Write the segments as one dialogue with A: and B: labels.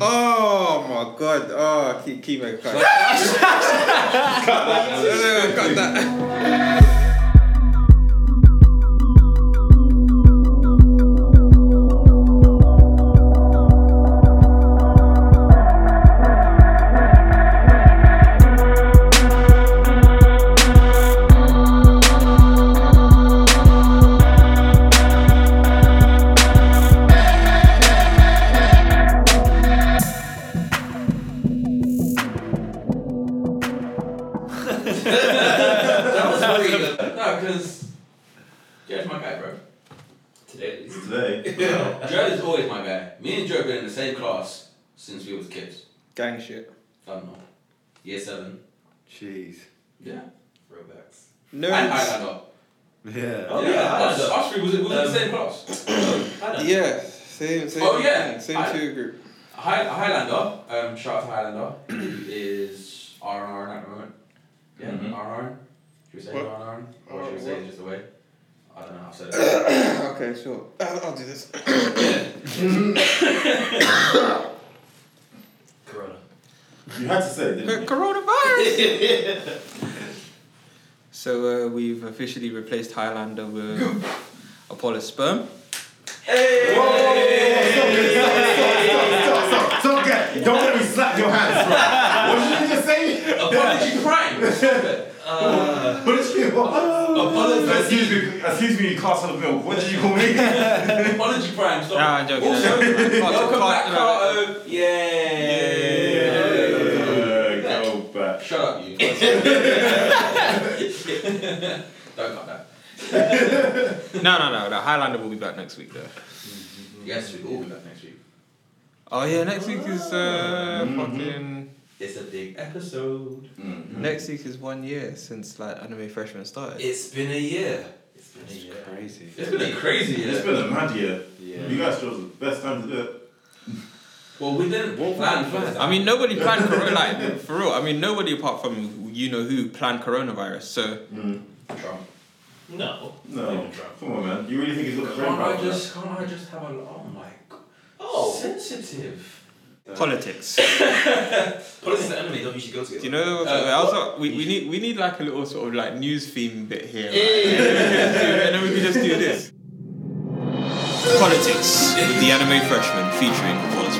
A: Oh my god. Oh, keep, keep making cut. cut that. No, no, cut that.
B: That was really good. No, because Joe's my guy, bro. Today at least.
C: Today.
B: Joe is always my guy. Me and Joe have been in the same class since we was kids.
A: Gang shit.
B: I don't know. Year seven.
C: Jeez.
B: Yeah. Throwbacks.
A: No.
B: And Highlander.
C: Yeah.
D: Oh,
B: yeah,
D: yeah,
B: us,
D: Highlander.
B: us three was, was in the
D: Um,
B: same class.
D: Highlander.
A: Yeah. Same, same.
B: Oh, yeah.
A: Same
B: I-
A: two group.
B: High, Highlander, um, shout out to Highlander, who is R and R at the moment. Yeah,
C: Mhm.
B: R and R. Should we say
A: What?
B: R and R? Or should we
A: Uh,
B: say
A: what?
B: it just away? I don't know how to say that.
A: okay, sure. I'll, I'll do this.
D: Corona.
C: You had to say, it, didn't you?
A: Coronavirus! so uh, we've officially replaced Highlander with Apollo Sperm.
C: Whoa, whoa, whoa, whoa, stop it, stop it, stop it, stop it, stop it, stop it. Don't get- Don't let me slap your hands, bro. What did you just say?
B: Apology crime! Stop it.
D: Uh,
C: What did you Oh.
B: Apology.
C: Excuse me, excuse me, Castle of Milk. What did you call me?
B: Apology prime, stop.
A: Nah, I'm joking,
B: Also,
A: no, no, no.
B: welcome
A: Fuck,
B: back,
A: fuck, no,
B: Carto. Yay!
C: Yeah, Go back.
B: Shut up, you. Don't cut that.
A: No, no, no, no. Highlander will be back next week, though.
B: Yes, we'll all be back next week.
A: Oh, yeah, next week is uh, fucking.
B: It's a big episode.
C: Mm.
A: Next week is one year since like anime freshman started.
B: It's been a year. It's been
D: It's
A: crazy.
B: It's been a crazy year.
C: It's been a mad year.
D: Yeah.
C: You guys chose the best uh, time to do it.
B: Well, we didn't plan for this.
A: I mean, nobody planned corona. Like for real, I mean, nobody apart from you know who planned coronavirus. So
B: Trump.
D: no.
C: No,
D: Even Trump.
C: come on, man. You really think he's looking
B: Can't I
C: for
B: just can't I just have a oh my god
D: Oh.
B: sensitive.
A: politics.
D: Politics and enemy don't usually go together.
A: Do you know?
B: Uh,
A: I was like, we, we need we need like a little sort of like news theme bit here, right? and then we can just do this. Politics, with the anime freshman featuring Wallace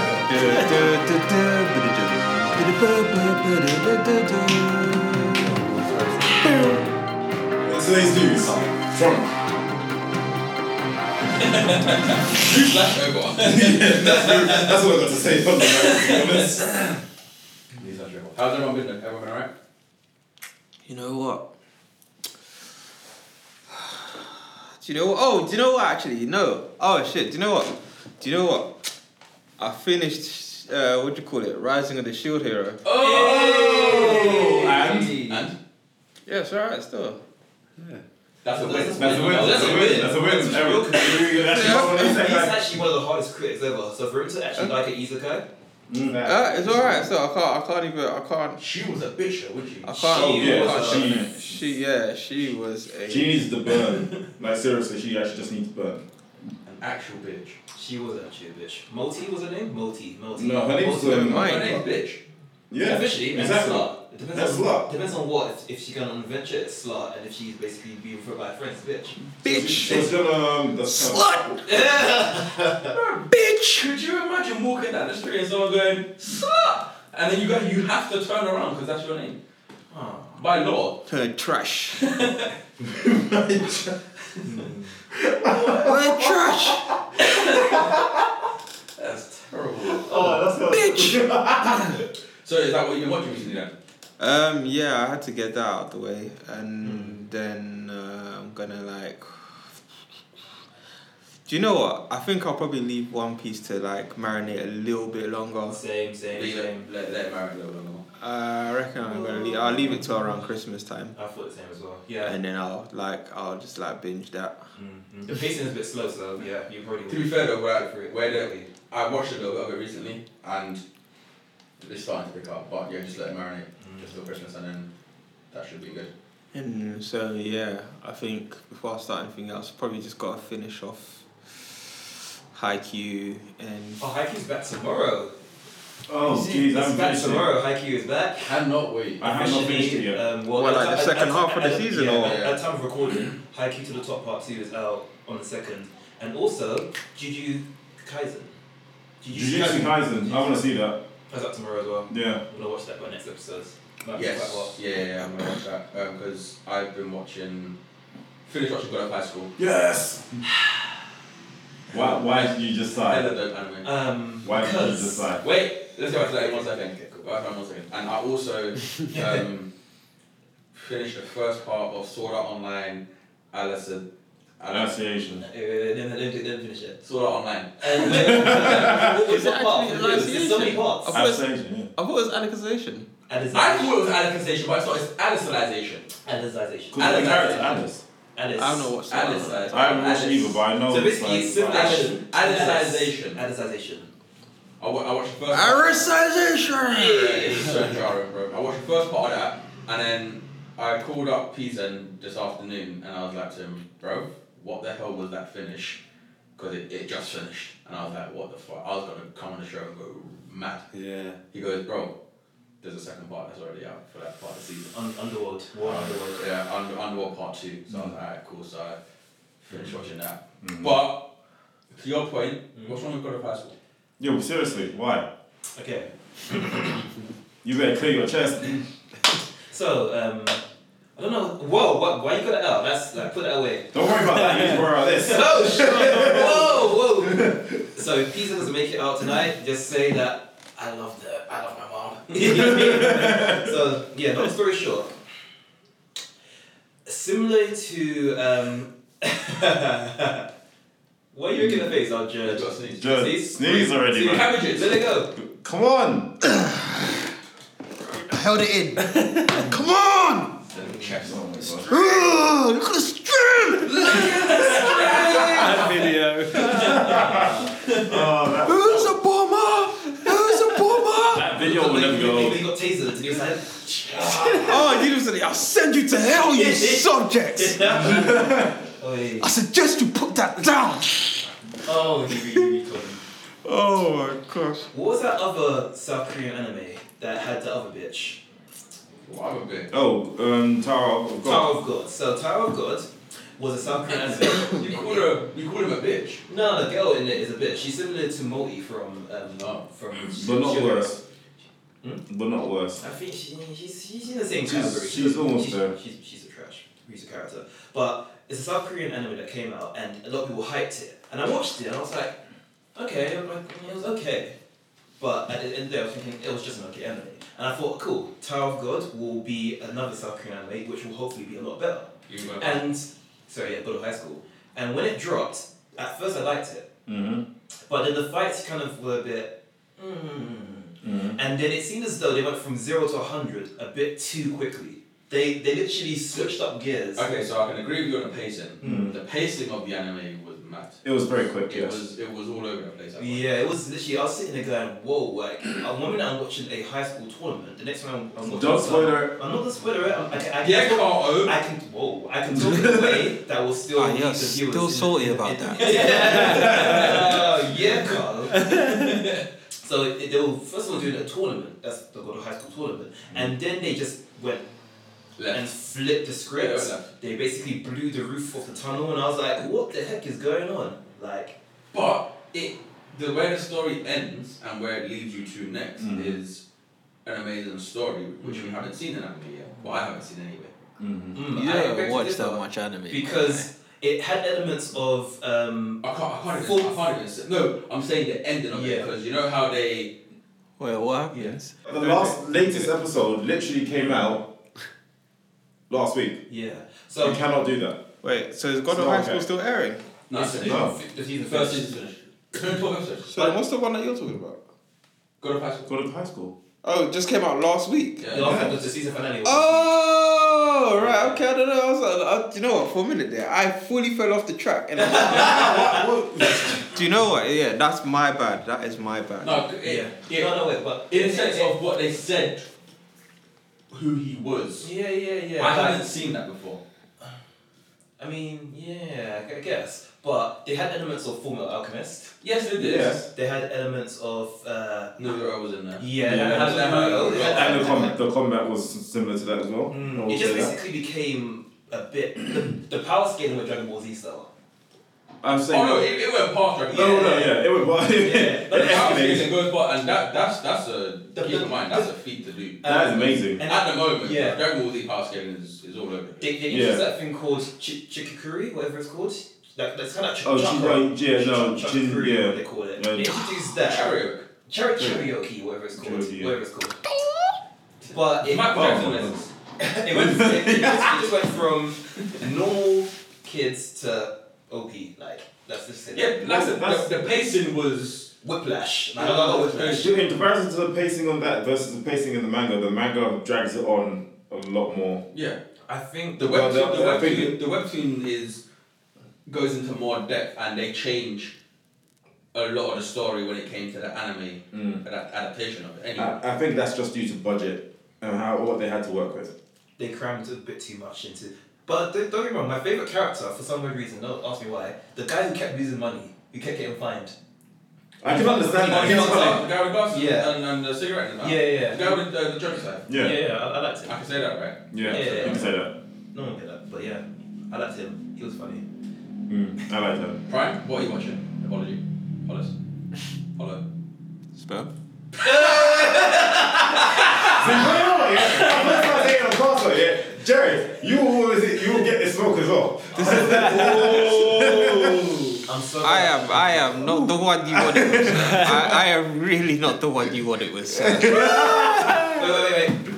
A: Prime.
C: Today's news. Trump.
B: Flyover.
C: That's all I got to say. about that, to be honest.
B: How's everyone been? though? Everyone alright?
A: You know what? Do you know what? Oh, do you know what? Actually, no. Oh shit. Do you know what? Do you know what? I finished. Uh, what do you call it? Rising of the Shield Hero.
B: Oh.
C: And?
B: And
A: Yeah, it's alright still.
B: that's a win.
D: That's
C: That's a win. That's a win. That's a win. Eric. That's not what he
D: He's
C: said, guys.
D: actually one of the hardest critics ever. So for him to actually like an Izakai,
C: Mm.
A: Uh, it's alright still. I can't. I can't even. I can't.
B: She was a bitch, though, wasn't she?
A: I can't.
D: She
A: I
C: Yeah,
A: can't-
D: was,
C: she,
A: She yeah. She was a.
C: she needs to burn. Like, seriously, she actually just needs to burn.
B: An actual bitch.
D: she was actually a bitch. Multi was her name? Multi. Multi.
C: No, her name's
D: Multi.
C: um,
A: Mine.
B: My name's bitch.
C: Yeah.
D: Officially, and
C: exactly.
D: slut. It depends
C: That's
D: on,
C: slut.
D: Depends on what. If, if she's going on an adventure, it's slut. And if she's basically being referred by her friends, bitch.
C: She was gonna. Um, that's
A: Slut. Bitch.
B: Could you imagine walking down the street and someone going slut, and then you go, you have to turn around because that's your name.
D: Oh.
B: By law.
A: Her trash.
C: Slut!
A: Her trash.
B: That's terrible.
C: oh, that's not.
A: Bitch.
B: So is that what you've been watching recently then?
A: Um, yeah, I had to get that out of the way, and then uh, I'm gonna like. Do you know what? I think I'll probably leave One Piece to like marinate a little bit longer. Uh,
D: Same, same,
B: Leave
D: same.
B: it. Let, let it marinate a little longer.
A: I reckon I'm gonna leave. I'll leave it till around Christmas time,
D: I thought the same as well. Yeah.
A: and then I'll like I'll just like binge that.
D: Mm, mm. The pacing is a bit slow, so yeah, you probably.
B: To be fair though, where, where the, I watched a little bit of it recently and it's starting to pick up, but yeah, just let it marinate
D: Mm.
B: just till Christmas and then that should be good.
A: And so yeah, I think before I start anything else, probably just gotta finish off Haikyuu, and
D: Oh, Haikyuu's back tomorrow.
C: Oh,
D: Is it-
C: jeez,
D: it's
C: I'm
D: back
C: finished. it.
D: tomorrow. Haikyuu is back.
B: Cannot wait.
C: I have not finished it
D: Officially,
C: yet.
D: um, well,
A: Well, like
D: at ti-
A: the
D: at-
A: second
D: at-
A: half of the
D: at-
A: season,
D: yeah,
A: or-
D: At, at time of recording, Haikyuu to the Top Part 2 is out on the second. And also, Jujutsu Kaisen.
C: Jujutsu Kaisen, I want to see that.
D: That's up tomorrow as well.
C: Yeah.
D: I'm going to watch that by next episode. Might be quite hot.
B: Yes. Yeah, yeah, yeah, I'm gonna watch that because I've been watching. Finished watching God of High School.
C: Yes. Why? Why did you just
B: I
C: sigh?
B: love that anime.
D: Um,
C: Why did you
D: because-
C: just sigh?
B: Wait, let's go back to that in one second. Back on one second. And I also um, finished the first part of Sword Art Online, Alice. Alice.
C: Pronunciation.
D: Wait, wait, wait, let me- let me- let me finish it.
B: Sword Art Online.
D: And wait, what- what-
A: Is it
D: what's the part?
A: actually
D: There's so many
A: pronunciation?
D: parts.
A: Of-
C: Pronunciation. Yeah.
A: I thought it was Alicization.
D: And it's
B: I thought it was Alicization, but it's not, it's Alicization.
D: Alicization.
C: Because the character Alice.
D: Alice.
A: I don't know what's
B: Alice.
A: that.
C: I haven't watched
B: Alice.
C: either, but I know.
D: So
C: it's
D: basically,
C: like-
D: simulation.
B: Alicization.
D: Alicization.
B: I, wa- I watched the first part.
A: Alicization!
B: It's so jarring, bro. I watched the first part of that, and then I called up Pizen this afternoon, and I was like to him, bro, what the hell was that finish? Because it, it just finished. And I was like, what the fuck? I was going to come on the show and go mad.
A: Yeah.
B: He goes, bro, there's a second part that's already out for that part of the season.
D: Un- underworld. War Underworld.
B: Yeah, under, Underworld Part 2. So I was like, alright, cool. So I finished watching that.
C: Mhm.
B: But to your point,
D: Mm.
B: what's wrong with God of High School?
C: Yo, seriously, why?
D: Okay.
C: You better clear your chest.
D: So, um, I don't know. Whoa, what, why you got it out? That's like put that away.
C: Don't worry about that. You just worry about this.
D: Oh shit! Oh, Whoa, whoa. So if Pisa doesn't make it out tonight, just say that I love the I love my mom. so yeah, long story short. Similar to um What are you making the face, oh
B: You've
D: Judge?
B: got to sneeze.
C: Just
D: See?
C: sneeze already,
D: See,
C: man.
D: Cabbages, let it go.
C: Come on.
A: I held it in. Come on!
B: Chest.
C: Oh my God.
A: Ugh, Look at the strength! that video.
C: Oh, that-
A: Who's a bomber? Who's a bomber?
C: that video will
D: Like,
C: never
D: you-
C: go.
D: you-
C: over.
D: you got taser to the side.
A: oh, you said, I'll send you to hell, you subjects!
D: Oh, yeah.
A: I suggest you put that down!
D: oh, he really, really told me.
A: Oh my gosh.
D: What was that other South Korean anime that had the other bitch?
B: Well, I'm a bit.
C: Oh, um, Tower of God.
D: Tower of God. So Tower of God was a South Korean anime.
B: You called her. You called him a bitch.
D: No, the girl in it is a bitch. She's similar to Moti from um,
B: Oh.
D: from.
C: But not
D: Shiro.
C: worse.
D: Hmm?
C: But not worse.
D: I think she, she's she's in the same
C: She's-
D: category.
C: she's almost
D: she's,
C: there.
D: She's, she's a trash. She's a character, but it's a South Korean anime that came out, and a lot of people hyped it. And I watched it, and I was like, okay, I'm like, it was okay, but at the end of the day, I was thinking it was just an okay anime. And I thought, cool, Tower of God will be another South Korean anime, which will hopefully be a lot better.
B: You were.
D: And sorry, yeah, Bullet High School. And when it dropped, at first I liked it,
C: Mm-hmm.
D: but then the fights kind of were a bit. Mm.
C: Mm-hmm.
D: And then it seemed as though they went from zero to hundred a bit too quickly. They they literally switched up gears.
B: Okay, so I can agree with you on the pacing.
C: Hmm.
B: The pacing of the anime was mad.
C: It was very quick,
B: It
C: yes.
B: was it was all over the place. that one.
D: Yeah, it was literally. I was sitting there going, "Whoa!" Like, uh, one minute I'm watching a high school tournament, the next one I'm, I'm watching.
C: Don't spoil
D: I'm
C: it.
D: not gonna spoiler it. I'm- I can. I can
B: Yeah,
D: talk-
B: Carl.
D: I can. Whoa! I can talk in a way that will still.
A: Ah,
D: leave
A: yeah,
D: the viewers
A: still
D: in-
A: salty
D: in-
A: about
D: in-
A: that.
D: yeah, yeah, Carl. so it, they were first of all doing a tournament. That's the go to high school tournament, and then they just went and
B: Mm. Left.
D: flipped the
B: Yeah,
D: script.
B: left.
D: They basically blew the roof off the tunnel, and I was like, "What the heck is going on?" Like,
B: But it the way the story ends and where it leads you to next
C: Mhm.
B: is an amazing story which we
D: Mhm.
B: haven't seen in anime yet. Well, I haven't seen anyway.
C: Mm-hmm.
D: mm,
A: You
D: I expected
A: don't watch
D: this
A: that
D: one.
A: much anime.
D: because it had elements of um,
B: I can't. I can't even.
D: Full-
B: I can't even. Say, no, I'm saying the ending of
D: Yeah.
B: it because you know how they.
A: Well, what happens?
C: The last latest episode literally came out last week.
D: yeah.
C: You
D: So
C: cannot do that.
A: Wait, so is God
C: It's
A: of
C: not
A: High School
C: okay.
A: still airing?
B: No, it's finished.
C: no.
B: The season- first season's finished. Twelve episodes.
A: So then what's the one that you're talking about?
B: God of High School.
C: God of High School.
A: Oh, it just came out last week.
D: the last episode, the season finale. was-
A: Oh, right, okay, I don't know. I was like, uh, do you know what? For a minute there, I fully fell off the track. And I do you know what? Yeah, that's my bad. That is my bad.
B: No,
D: Yeah.
B: it, it,
D: No, no, wait, but
B: in the sense of what they said, who he was.
D: Yeah, yeah, yeah.
B: I haven't seen that before.
D: I mean, yeah, I guess. But they had elements of Formula Alchemist.
B: Yes, it did.
C: Yes.
D: They had elements of uh,
B: Naruto was in there.
D: yeah,
C: Yeah,
D: they had
B: that's
D: elements
B: that-
D: of- they had
C: And the,
D: elements
C: com- the combat was similar to that as well. I
D: Mm,
C: will
D: it just
C: say that.
D: basically became a bit the, the power scaling with Dragon Ball Z style.
C: I'm
B: Oh
C: saying.
B: no, it, it went past Dragon
C: no,
B: Ball.
C: no, no, yeah, it was.
D: Yeah, but
B: But
C: it
B: the house
C: escalated.
B: is a good part, and that that's that's a
D: The-
B: keep
D: the-
B: in mind that's a feat to do.
C: That is
D: Um,
C: amazing.
D: And
B: At the moment,
D: yeah.
B: Dragon Ball Z pass game is, is all over. the place.
D: they, they use
C: Yeah.
D: that thing called ch- Chikikuri, whatever it's called. That, that's kind of ch-
C: Oh, chi-
D: chakra.
C: right, yeah, no,
D: Ch-
C: chin-
D: chakuri,
C: yeah.
D: what they call it.
C: Yeah.
D: They introduced that.
B: Chariot.
D: Chari-
C: Yeah.
D: Cherokee, whatever it's called.
C: Cherokee, yeah.
D: Whatever it's called. But it,
B: Michael
C: Oh,
B: Jackson
C: my
B: lessons.
D: it, went, it, it, just went from normal kids to OP. Like, that's just it.
B: Yeah, that's,
C: That's- that's-
B: the, the pacing was.
D: Whiplash. Like, I got whiplash.
B: It
C: In comparison to the pacing on that versus the pacing in the manga, the manga drags it on a lot more.
B: Yeah,
D: I think
B: the
C: Well,
B: webtoon,
C: the-
B: the
C: I
B: webtoon,
C: think-
B: the webtoon is goes into more depth, and they change a lot of the story when it came to the anime
C: Mm.
B: adapt- adaptation of it. Anyway,
C: I, I think that's just due to budget and how what they had to work with.
D: they crammed a bit too much into. But don't, don't get me wrong, my favorite character for some weird reason, don't ask me why, the guy who kept losing money, who kept getting fined.
C: I can understand
B: Oh,
C: that.
B: he was
D: Yeah.
B: like, the guy with glasses
D: Yeah.
B: and, and the cigarette in his mouth.
D: Yeah, yeah,
B: The
D: yeah.
B: guy with uh, the drug side.
C: Yeah, yeah,
D: yeah, I, I liked
B: I
D: him.
B: can say that, right?
C: yeah, I
D: Yeah.
C: can say that.
D: No one get that, but yeah, I liked him. He was funny.
C: Mm, I like that.
B: Prime, what are you watching? Apology. Hollis. Hollow.
A: Sperm.
C: So, you know what, yeah? First time I say it on Castle, yeah? Jared, you will always you will get the smoke as well. Oh.
D: I'm so
A: I
D: glad.
A: am. I am not the one you wanted. it was, sir. I, I am really not the one you wanted. it was. Sir.
D: Wait, wait, wait, wait.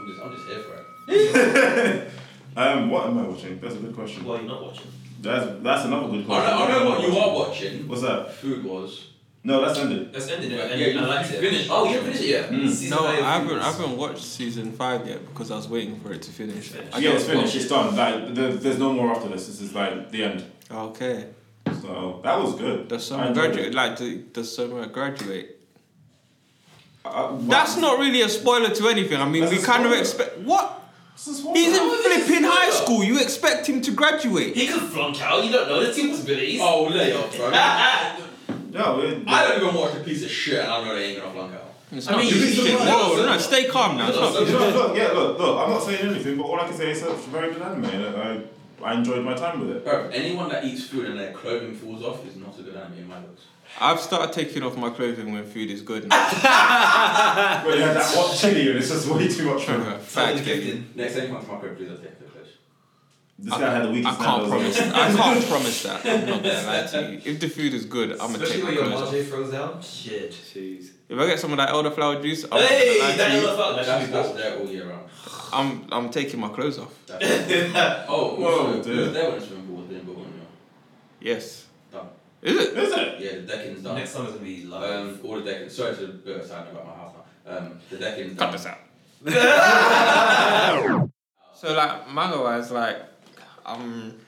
B: I'm just, I'm just here for it.
C: Um, what am I watching? That's a good question.
D: Well, you're not watching.
C: That's that's another good
B: I
C: question.
B: know, I know what you are watching.
C: What's that?
B: Food Wars.
C: No, that's ended.
D: That's ended it. And
B: Yeah, you-
D: I liked
B: you
D: it.
B: finished.
D: Oh, you haven't finished it yet?
C: Mm.
D: Season
A: No, I
D: five of
A: haven't.
D: Foods.
A: I haven't watched season five yet because I was waiting for it to finish.
D: Finish.
A: I
C: yeah,
A: got-
C: it's finished. It's done. Like, there, there's no more after this. This is like the end.
A: Okay.
C: So that was good.
A: Does
C: I
A: someone
C: enjoyed
A: graduate?
C: it.
A: Like, do- does someone graduate?
C: Uh, what?
A: That's not really a spoiler to anything. I mean,
C: That's
A: we
C: a
A: kind of
C: spoiler.
A: expect what
C: This is what-
A: he's in
C: Oh,
A: flipping high
D: spoiler.
A: school. You expect him to graduate?
D: He could flunk out. You don't know. There's two possibilities.
B: Oh, lay off, bro. I
C: No, we're-
B: don't even watch a piece of shit and I know they ain't gonna flunk out.
A: It's
D: I
A: not.
D: mean,
A: really
C: he's
A: shit.
C: surprised.
A: Whoa, no, no, stay calm now. It's not-
C: You know, look, yeah, look, look. I'm not saying anything, but all I can say is it's a very good anime. and I, I enjoyed my time with it.
B: Bro, anyone that eats food and their clothing falls off is not a good anime in my books.
A: I've started taking off my clothing when food is good.
C: But you had that hot chili, and it's just way too much. For me.
A: Fact, baby.
B: Next time you come to my crib, please I'll take the fish.
C: This guy had the
A: I
C: weakest.
A: can't promise. I can't promise that. I'm not gonna lie to you. If the food is good, I'm gonna
D: Especially
A: take my
D: when your
A: clothes off.
D: Marjorie froze down. Shit.
A: Jeez. If I get some of that elderflower juice, I'm not
D: Hey,
A: gonna lie
D: that
A: to you.
D: motherfucker. That
B: That's,
D: should be
B: that's
D: cool.
B: there all year round.
A: I'm I'm taking my clothes off.
B: That's- oh,
C: Whoa,
B: also,
C: dude.
B: it was there when the swimming pool was being built on you.
A: Yes.
B: Done.
A: Is it?
C: Is it?
B: Yeah, the decking's done.
D: Next summer's gonna be love.
B: Um, all the decking. Sorry to bit of sound about my house now. Um, the decking's
A: Cut
B: done.
A: this out. so like manga wise, like I'm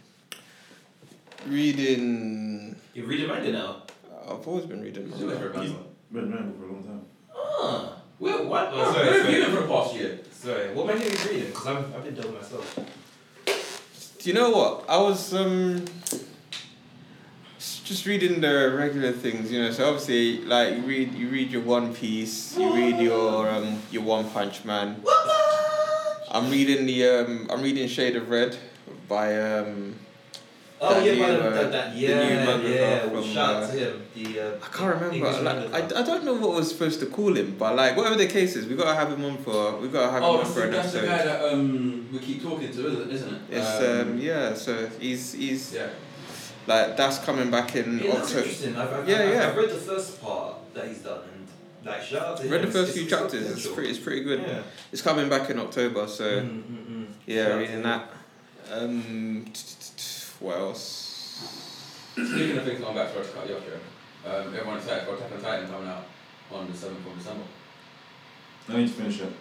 A: reading.
D: You're reading manga now.
A: I've always been reading
B: Still
A: manga.
B: never remember.
C: Been around for a long time.
D: Ah. Wait, what?
B: Oh, where
D: Oh, sorry,
B: have you
D: sorry.
B: been for the past year?
D: Sorry, what manga are you reading? Because I've been doing myself.
A: Do you know what? I was um s- just reading the regular things, you know. So obviously, like you read you read your One Piece, you read your um your One Punch Man.
D: Oh,
A: I'm reading the um I'm reading Shade of Red by um
D: Oh
A: That
D: yeah,
A: new,
D: by the,
A: uh,
D: that, that
A: the new
D: yeah,
A: manga
D: yeah.
A: from,
D: Well, shout out
A: uh,
D: to him. The uh,
A: I can't remember.
D: English
A: Like,
D: manga
A: I,
D: guy.
A: I don't know what we're supposed to call him, but like whatever the case is, we gotta have him on for we gotta have
B: Oh,
A: him on
B: that's,
A: for
B: the,
A: an
B: that's the
A: episode.
B: guy that um, we keep talking to, isn't, isn't it?
A: It's um, yeah, so he's he's
B: yeah.
A: like that's coming back in
D: Yeah, that's
A: October.
D: interesting. I've, I've,
A: Yeah,
D: I've,
A: yeah.
D: I've read the first part that he's done, and like shout out to him.
A: Read the
D: It's-
A: first few
D: it's- it's
A: chapters. It's
D: essential.
A: pretty it's pretty good.
D: Yeah.
A: It's coming back in October, so
D: Mm, mm, mm.
A: yeah,
D: Shout out to
A: reading
D: him.
A: that. Um, t- t- t- what else?
B: Speaking of things going back, sorry to cut you off here. Um, everyone excited for Attack on Titan coming out on the 7th of December.
C: I need to finish it.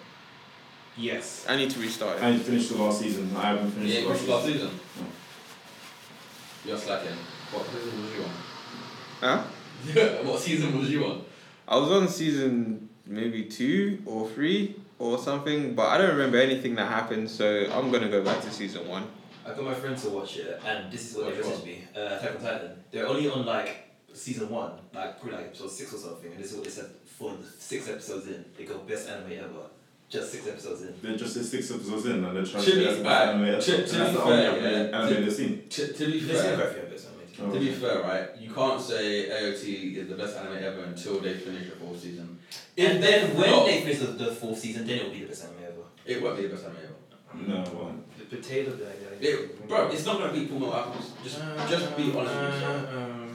D: Yes.
A: I need to restart it.
C: I need to finish the last season. I haven't
B: You
C: finished
B: ain't
C: the last
B: watched last
C: season.
B: season? You're slacking. What season was
A: Huh?
B: you on? what season was you on?
A: I was on season maybe two or three or something, but I don't remember anything that happened, so I'm gonna go back to season one.
B: I
D: I got my friends to watch it, and this is what they
B: Watch
D: messaged me. Uh, Attack on Titan. They're only on like season one, like probably like episode six or something, and this is what they said for the six episodes in. They go best anime ever. Just six episodes in.
C: They're just the six episodes in and they're trying
B: To be
C: that's the
B: fair-
C: anime.
B: to-
C: that's
B: to
C: that's
B: be
C: the only
B: fair,
C: anime,
B: yeah.
C: anime they've seen.
B: To, to be
D: They've seen
B: fair,
D: quite a few episodes, I mean.
C: Oh.
B: to be fair, right? You can't say AOT is the best anime ever until they finish the fourth season. If
D: And then when
B: not,
D: they finish the, the fourth season, then it'll be the best anime ever.
B: it won't be the best anime ever.
C: No, well,
D: The potato guy.
B: It, bro, it's not gonna be Full Metal Alchemist. Just, just be honest with yourself.
D: Um,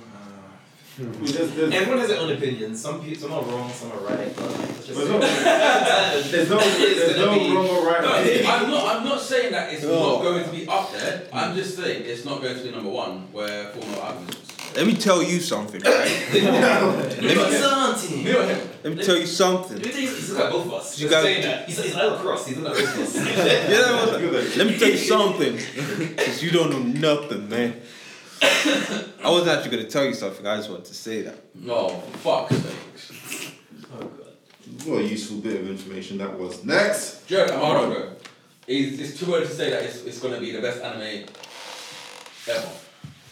C: we just, there's,
D: Everyone has their own opinions. Some people, some are wrong, some are right. But let's just
C: there's no, there's no, there's no wrong or
B: No,
C: right.
B: I'm not. I'm not saying that it's
A: No.
B: not going to be up there. I'm just saying it's not going to be number one where Full Metal Alchemist.
A: Let me tell you something, right?
D: Look at Santi.
B: You know him.
A: Let me tell you something.
D: He's he's looking at both of us.
A: You
D: He's
A: got-
D: saying that. He's, he's either cross. He's looking at both of us.
A: You know what?
C: Good.
A: Let me tell you something. Because you don't know nothing, man. I wasn't actually going to tell you something, I just wanted to say that.
B: No, fuck sakes.
D: oh god.
C: What a useful bit of information that was. Next!
B: Jared, am I wrong bro? Is it's too early to say that it's, it's gonna be the best anime ever.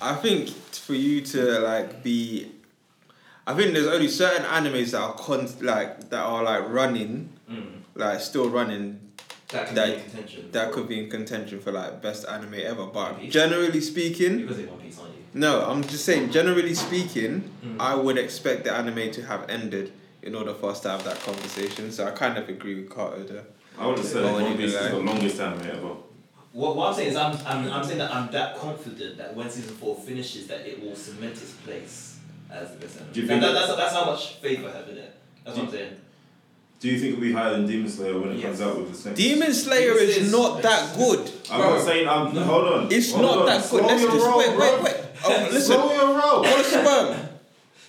A: I think for you to like be. I think there's only certain animes that are con- like that are like running,
D: Mm.
A: like still running,
D: That can be
A: That-
D: in contention.
A: that could be in contention for like best anime ever. But
D: Really?
A: generally speaking,
D: You're gonna say One Piece, aren't you?
A: no, I'm just saying.
C: Mm.
A: Generally speaking,
D: Mm.
A: I would expect the anime to have ended in order for us to have that conversation. So I kind of agree with Carter there.
C: I would have said
A: Oh,
C: One
A: you
C: Piece is
A: lie.
C: the longest anime ever.
D: What, what I'm saying is I'm, I'm, I'm saying that I'm that confident that when season four finishes that it will cement its place as the best anime.
C: Do you
D: That-
C: think
D: that- that's, that's how much faith I have in it. That's what I'm saying.
C: Do you think it'll be higher than Demon Slayer when it
D: Yes.
C: comes out with this next?
A: Demon Slayer
D: Demon
A: is
D: Slayer's-
A: not that good.
C: I'm
B: Bro.
C: not saying I'm. Hold on.
A: It's
C: hold
A: not
C: on.
A: that good.
C: Slow
A: Let's
C: your
A: just
C: roll,
A: wait,
C: bro.
A: wait, wait. Oh, listen.
C: Slow your roll.
A: What a sperm.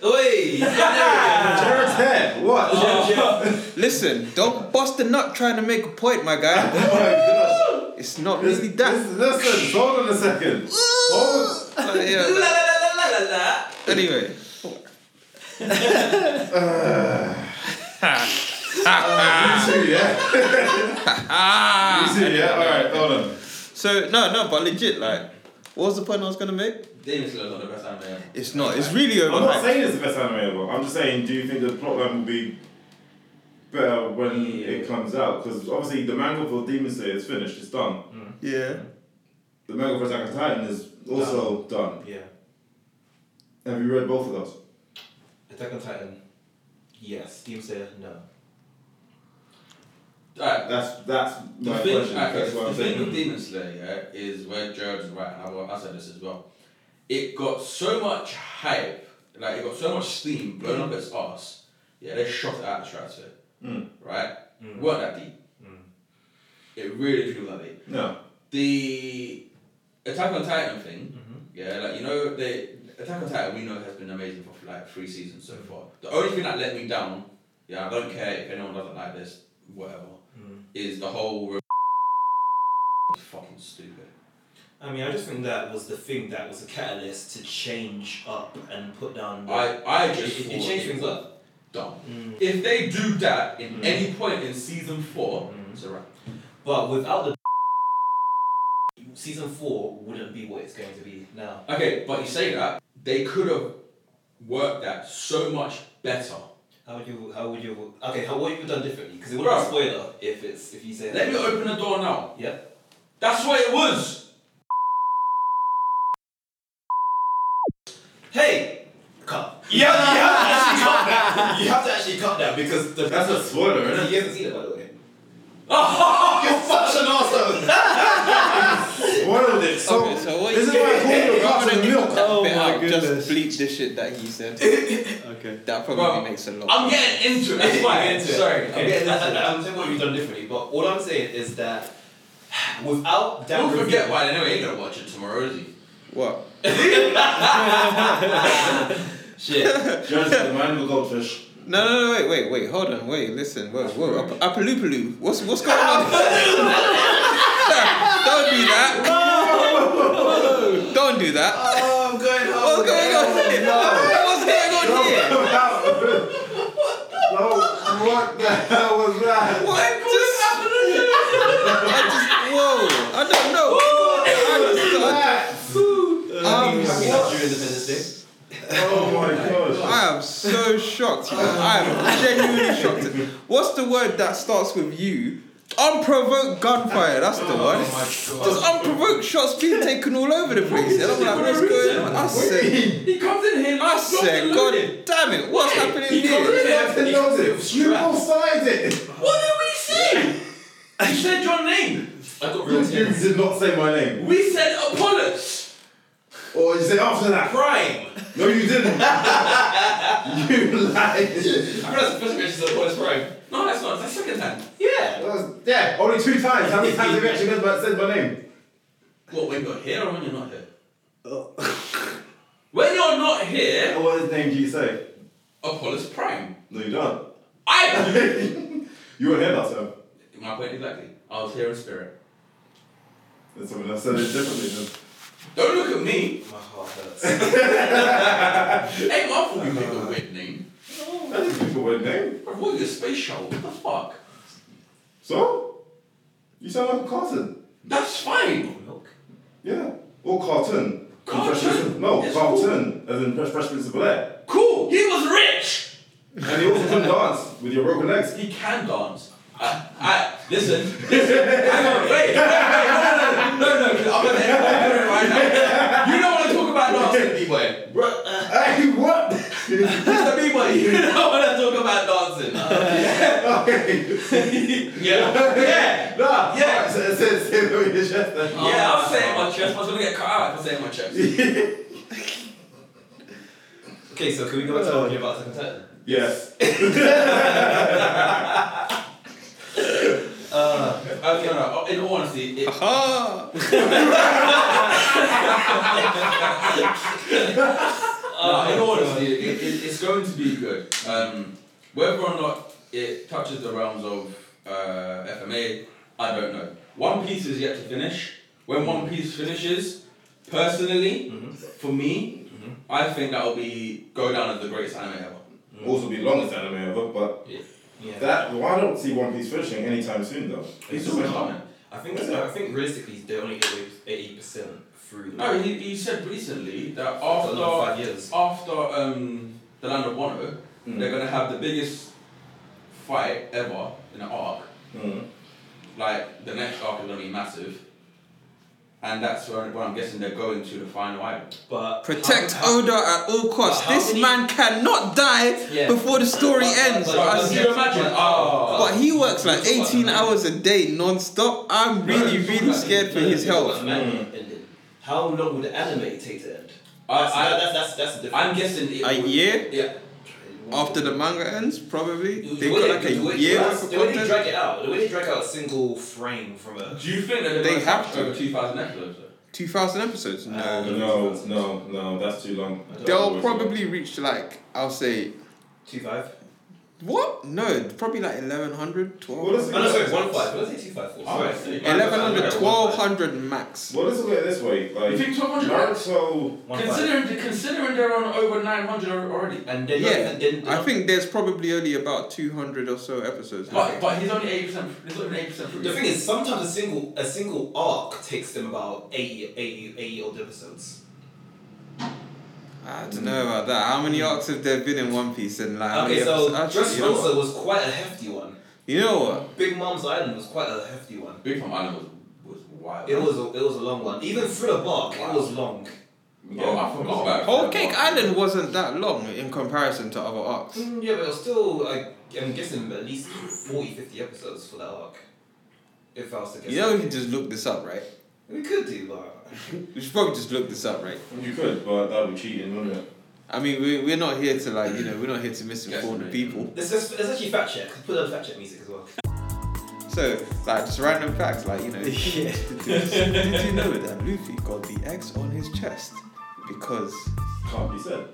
D: Oi!
C: Jared's hair. What?
A: Oh, Listen, don't bust a nut trying to make a point, my guy.
C: Oh my gosh.
A: It's not
C: This-
A: really that.
C: this- Listen, hold on a second. Hold.
A: So,
D: la la
A: yeah.
D: la la la la.
A: Anyway, Ah.
C: You too, yeah. you too, yeah. All right, hold on.
A: so no, no, but legit, like, what was the point I was gonna make?
B: Demon Slayer's not the best anime ever.
A: It's not. It's really
C: I'm not
A: overhyped.
C: saying it's the best anime ever. I'm just saying, do you think the plotline will be better when it comes out? Because obviously, the manga for Demon Slayer is finished. It's done.
A: Hmm. Yeah.
C: The manga for Attack on Titan is also done.
D: Yeah.
C: Have you read both of those?
D: Attack on Titan. Yes. Demon Slayer. No.
B: Alright,
C: That's that's
B: the
C: my
B: thing,
C: question.
A: uh,
B: alright,
C: That's what
B: the
C: I'm
B: thing with
C: saying.
B: Demon Slayer yeah, is where Jared's right, and I, will- I said this as well. It got so much hype, like it got so much steam blown up its ass. Yeah, they shot it out of the stratosphere.
C: Mm.
B: Right?
D: Mm.
B: Weren't that deep. It really, really wasn't that deep.
C: No.
B: The Attack on Titan thing,
D: Mm-hmm.
B: Yeah, like you know, they Attack on Titan we know has been amazing for like three seasons so far. The only thing that let me down, yeah, I don't care if anyone doesn't like this, whatever,
D: Mm.
B: is the whole. Re- was fucking stupid.
D: I mean, I just think that was the thing that was a catalyst to change up and put down. the-
B: I I
D: it,
B: just
D: it,
B: thought
D: it changed things
B: was
D: up.
B: Dumb.
D: Mm.
B: If they do that in
D: Mm.
B: any point in season four,
D: Mm.
B: it's a wrap.
D: But without the season four wouldn't be what it's going to be now.
B: Okay, but you say that they could have worked that so much better.
D: How would you? How would you? Okay, how what have you done differently? Because it would be a
B: Bro.
D: spoiler if it's if you say.
B: Let me open the door now.
D: Yeah.
B: That's what it was.
D: Hey. Cut. Yeah, you have to actually cut that. You have to actually cut that because the
C: That's a spoiler, isn't it?
D: You haven't seen it by the way.
C: You're such an arsehole! Spoiled it. So,
A: Okay, so what
C: this is
A: you-
C: why I call you a
A: Rather
C: glass
A: than
C: of
A: you cut
C: milk.
A: that
E: Oh
A: bit
E: my
A: out,
E: goodness.
A: just bleep the shit that he said. okay. That probably
B: Bro,
A: makes a lot.
B: I'm getting into it. That's why.
D: Get into it.
B: Sorry. I'm
D: Okay,
B: getting
D: I,
B: into it.
D: I, I'm saying what you've done differently, but all I'm saying is that without that
B: Don't
D: review-
B: forget why they know ain't gonna watch it tomorrow, is he?
A: What?
D: shit.
C: Judge the man will go fish.
A: No, no, no, wait, wait, wait. Hold on, wait. Listen, whoa, whoa. Up- Appaloopaloo. What's what's going on? Don't do that. Don't do that.
E: Oh, I'm going home.
A: What's going on here? What's going on here?
C: No, what the hell was that?
A: What? Just, I just, whoa. I don't know. I just,
C: Oh
A: I am so shocked. you know. I am genuinely shocked. What's the word that starts with you? Unprovoked gunfire. That's the
E: Oh
A: one.
E: my god.
A: There's unprovoked shots being taken all over the place. And I'm like, what's going on? I said,
B: He comes in here.
A: I
B: like,
A: said,
B: not
A: God
B: deluded.
A: damn it, what's happening
B: He comes
A: here?
B: in
C: Yeah,
B: here.
C: I
B: he-
C: knows it. You
B: strapped.
C: both signed it.
B: What did we say? You said your name.
D: I got
C: You
D: real
C: you
D: tears.
C: did not say my name.
B: We said Apollos.
C: Or you said after that.
B: Prime.
C: No, you didn't. you lied.
D: I realised the first question is Apollos Prime.
B: No, that's not. That's the second time.
D: Yeah.
C: That's- Yeah, only two times. How many times have you actually said my- said my name?
B: What when you're here or when you're not here?
A: Oh.
B: When you're not here,
C: What name do you say?
B: Apollos Prime.
C: No, you don't.
B: I.
C: you weren't here last time.
B: My point exactly. I was here in spirit.
C: Then someone else said it differently. Then.
B: Don't look at me.
D: My heart hurts.
B: Hey, I thought you picked a weird name.
C: I didn't pick a weird name.
B: I thought you a space shuttle. What the fuck?
C: So? You sound like a cartoon.
B: That's fine.
D: Milk.
C: Yeah. Or cartoon.
B: Cartoon?
C: Fresh Prince of- No,
B: It's
C: cartoon. As in Fresh, Fresh Prince of Bel-Air.
B: Cool. He was rich.
C: And you also couldn't dance with your broken legs.
B: He can dance. I, I, listen, listen, hang on, wait, wait, wait, no, no, no, no, no, no, I'm gonna end it right now. You don't want to talk about dancing, B-boy.
C: Hey, what?
B: Mr. B-boy, you don't want to talk about dancing.
C: okay.
B: yeah, yeah,
C: Nah,
B: Yeah.
C: Say, say, say no in your chest then.
B: yeah, I'm saying my chest, I was gonna get cut out, I'm saying my chest.
D: Okay, so can we go back to talking about second title?
C: Yes.
D: Uh,
B: Okay, no, no, in all honesty, it,
A: Ah,
B: no, in all honesty, it, it, it's going to be good. Um, whether or not it touches the realms of uh, FMA, I don't know. One Piece is yet to finish. When One Piece finishes, personally, for me, I think that will be go down as the greatest anime ever.
C: Also be the longest anime ever, but
D: yeah.
C: that well, I don't see One Piece finishing anytime soon though. Mm-hmm.
B: He's always done it.
D: I think I think realistically they're only eighty percent through. the-
B: No, he, he said recently that
D: for another
B: after
D: five years.
B: after um, the Land of Wano,
C: Mm.
B: they're gonna have the biggest fight ever in an arc.
C: Mm.
B: like the next arc is gonna be massive, and that's where, where I'm guessing they're going to the final island.
D: But
A: protect
D: how- how-
A: Oda at all costs.
D: But how
A: This
D: many-
A: man cannot die
D: Yeah.
A: before the story
D: But- but-
A: ends.
D: but-
A: I
B: But
D: but-
A: see-
B: can you imagine? Oh,
A: But he works like
D: Talk about
A: 18
D: the-
A: hours a day non-stop. I'm really,
B: talk
A: really
B: about
A: scared for his health.
D: How long would the anime take to end?
B: I-
D: That's,
B: I-
D: that's, that's, that's the difference.
B: I'm guessing it.
A: A
B: would-
A: year
B: Yeah.
A: after the manga ends, probably.
D: You-
A: They
D: the way
A: got like
D: they-
A: a
D: the way-
A: year
D: that's
A: worth of
D: The way they
A: content.
D: drag it out, the way they drag out a single frame from a.
B: Do you think that they're
A: They
B: gonna
A: have
B: touch
A: to.
B: over two thousand episodes? though?
A: 2,000 episodes?
D: Uh,
A: No.
C: No, no, no, that's too long.
A: They'll probably reach like, I'll say,
D: Two five?
A: what? No, probably like 1,100,
C: Well, let's
A: 12.
D: Oh, no, sorry, one five. What did I say two five for?
B: Oh, I
D: Sorry.
B: see.
A: 1,100, 1,200 max.
C: Well, let's look at it this way.
B: You
C: Like,
B: think twelve hundred?
C: Naruto.
D: One five.
B: Considering considering they're on over nine hundred already,
D: And then
A: Yeah,
D: and then
A: I think there's probably only about 200 or so episodes.
B: but but he's only eighty percent. He's only eighty percent.
D: The thing is, sometimes a single a single arc takes them about 80, 80, 80 odd episodes.
A: I don't know about that. How many arcs have there been in One Piece? And like, how
D: Okay,
A: many
D: so
A: episodes- Ah, actually, you know
D: Dressrosa
A: what?
D: was quite a hefty one.
A: You know what?
D: Big Mom's Island was quite a hefty one.
B: Big Farm Island was was wild.
D: It was a, it was a long one. Even Thriller Bark, it was long.
B: Oh, I forgot about it.
A: Whole Cake Island wasn't that long in comparison to other arcs.
D: Mm, yeah, but it was still, I, I'm guessing, at least 40, 50 episodes for that arc. If I was to guess.
A: You know, we can just look this up, right?
D: We could do, but.
A: We should probably just look this up, right?
C: You could, but that would be cheating, wouldn't it?
A: I mean, we, we're not here to, like, you know, we're not here to misinform the
B: Guesstimate.
A: people.
D: Let's, let's, let's actually fact check. Put on fact check music as well.
A: So, like, just random facts, like, you know. Did, did you know that Luffy got the X on his chest? Because.
C: Can't be said.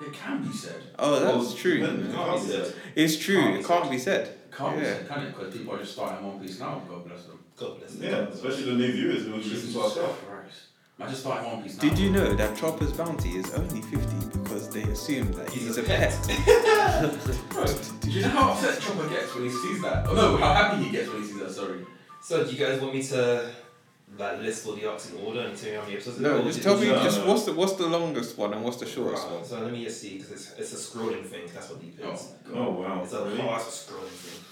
B: It can be said.
A: Oh,
C: Well,
A: that's true.
C: depends, It can't be said.
A: It's true,
D: Can't be
A: it can't be said.
B: Can't be
A: Yeah.
B: said, can it? Because people are just starting One Piece now. God bless them.
D: God bless
C: Yeah, especially the new viewers who listen to our stuff.
B: Christ. I just started One Piece now.
A: Did you know that Chopper's bounty is only 50 because they assume that he's,
D: He's
A: a
D: a
A: pet?
B: Bro, do you know how upset Chopper gets when he sees that? Oh no, how happy he gets when he sees that, sorry.
D: So, do you guys want me to like list all the arcs in order and tell me how many episodes.
A: No,
D: or
A: just
D: did
A: tell
D: you-
A: me
C: No,
A: just
C: no.
A: what's the what's the longest one and what's the shortest
D: Right,
A: one.
D: So let me just see because it's it's a scrolling thing. That's what deep is.
B: Oh.
C: Oh wow.
D: It's a
C: really?
D: hard scrolling thing.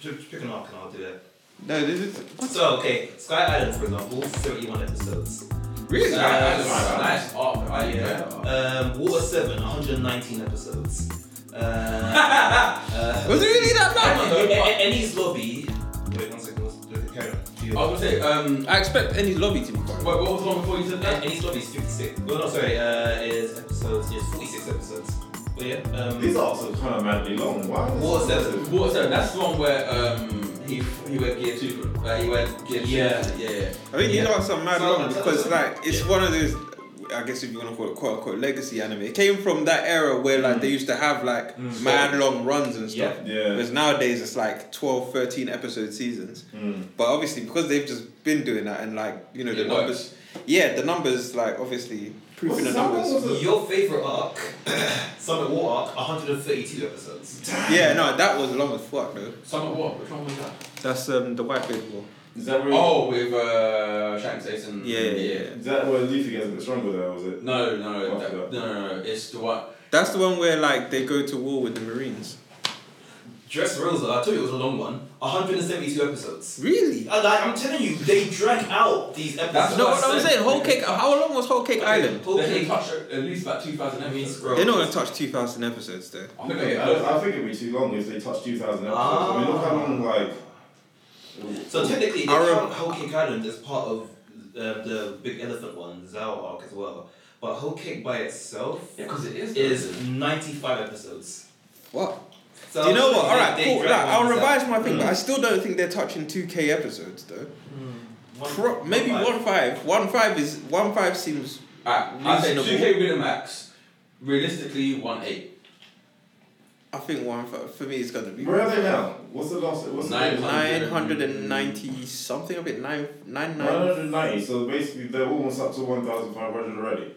D: Just- Just pick an arc and I'll do it.
A: No, this is
D: So okay, Sky Island for example, seventy-one episodes.
A: really.
B: That's
D: Uh,
B: nice. Oh, I like that.
D: Um, Water Seven, one hundred nineteen episodes. Uh, uh,
A: Was it really that long?
D: and, and, and his lobby. Oh, Wait one second. Let's look at
B: I was gonna say, um,
A: I expect any lobby to be
B: wait,
A: quite.
B: what was the one before you said that?
D: And his lobby is fifty-six. Well, no, sorry. Uh, is episodes is forty-six episodes. Well, yeah. Um,
C: These arcs are kind of madly long. Why? is
D: Water
C: this-
D: Seven.
B: Water Seven. That's the one where um he he went gear two. Uh, he went gear two.
D: Yeah.
B: yeah, yeah.
A: I think you
D: Yeah.
A: know it's a mad
D: So-
A: long because like it's
B: Yeah.
A: one of those. I guess if you want to call it quote unquote legacy anime, it came from that era where like they used to have like
D: Mm.
A: mad long runs and stuff.
C: Yeah.
A: Whereas nowadays it's like 12, 13 episode seasons.
C: Mm.
A: But obviously because they've just been doing that and like you know the
B: It works.
A: numbers, yeah, the numbers like obviously proving
C: What's
A: the
C: that one?
A: numbers.
C: What's it?
D: Your favorite arc, Summit War arc, 132 episodes.
A: Yeah, no, that was long as fuck though.
B: Summit War. Which one was that?
A: That's um the white bit war.
C: Is that where?
B: Oh, with uh Shanks Ace and
A: Yeah, yeah, yeah.
C: Is that where Luffy gets a bit stronger there? Was it?
B: No, no, no,
C: What's
B: that, no,
C: that?
B: no, no. It's the one.
A: That's the one where like they go to war with the marines.
D: Dressrosa, I told you it was a long one. 172 episodes.
A: Really?
D: Uh, like, I'm telling you, they drag out these episodes.
B: That's
A: No,
B: what
A: what
B: I
A: I'm
B: said.
A: saying, Whole Cake. How long was Whole Cake Island?
B: They
D: Okay.
B: can touch at least about two thousand enemies.
D: Bro.
A: They're not gonna touch two thousand episodes though.
B: I'm
C: No,
B: gonna get those.
C: I, I think it'd be too long if they touched 2,000 episodes. I mean, look how long, like.
D: So technically, they
A: Arab-
D: count Whole Cake Island as part of uh, the Big Elephant one, Zao arc as well. But Whole Cake by itself
B: Yeah, because it is.
D: is 95 episodes.
A: What?
D: So
A: Do you know what?
D: they-
A: All right,
D: they
A: cool.
D: drag
A: Like, I'll
D: ones out.
A: revise my thing, but I still don't think they're touching two K episodes though.
D: One-
A: Pro- maybe
D: five.
A: one five. One five is one five seems.
B: Alright, I say two
A: Reasonable.
B: K would be the max. Realistically, one eight.
A: I think one five for me is gonna be
C: Where are they now? What's the last. What's
B: Nine
C: the
A: nine hundred and ninety something of it. Nine nine nine.
C: 990, so basically they're almost up to 1,500 already.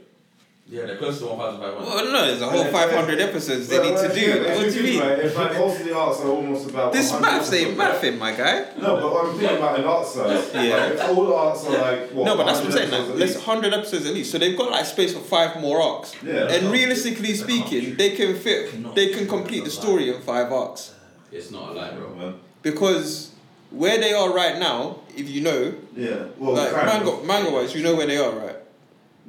B: Yeah, they're close to one thousand five hundred.
A: Well, no, there's a whole
C: Yeah,
A: five hundred episodes they
C: But
A: need to
C: if
A: do. What
C: if
A: do
C: you
A: you
C: think
A: mean?
C: about it, If like most of the arts are almost about.
A: This
C: 100
A: maths ain't
C: episodes, right?
A: mathing, my guy.
C: No, but what I'm thinking about an art side.
A: Yeah.
C: Like, if all the arts are like. What,
A: No, but that's what I'm
C: 100
A: saying. Like,
C: episodes
A: let's
C: each.
A: 100 episodes at least. So they've got like space for five more arcs.
C: Yeah.
A: And realistically speaking, they can fit, they can complete the story in five arcs.
B: It's not a lie,
C: Yeah,
B: bro.
A: Eh.
C: man.
A: Because where they are right now, if you know,
C: Yeah. Well,
A: like
C: kind of.
A: manga, manga wise, you know where they are, right?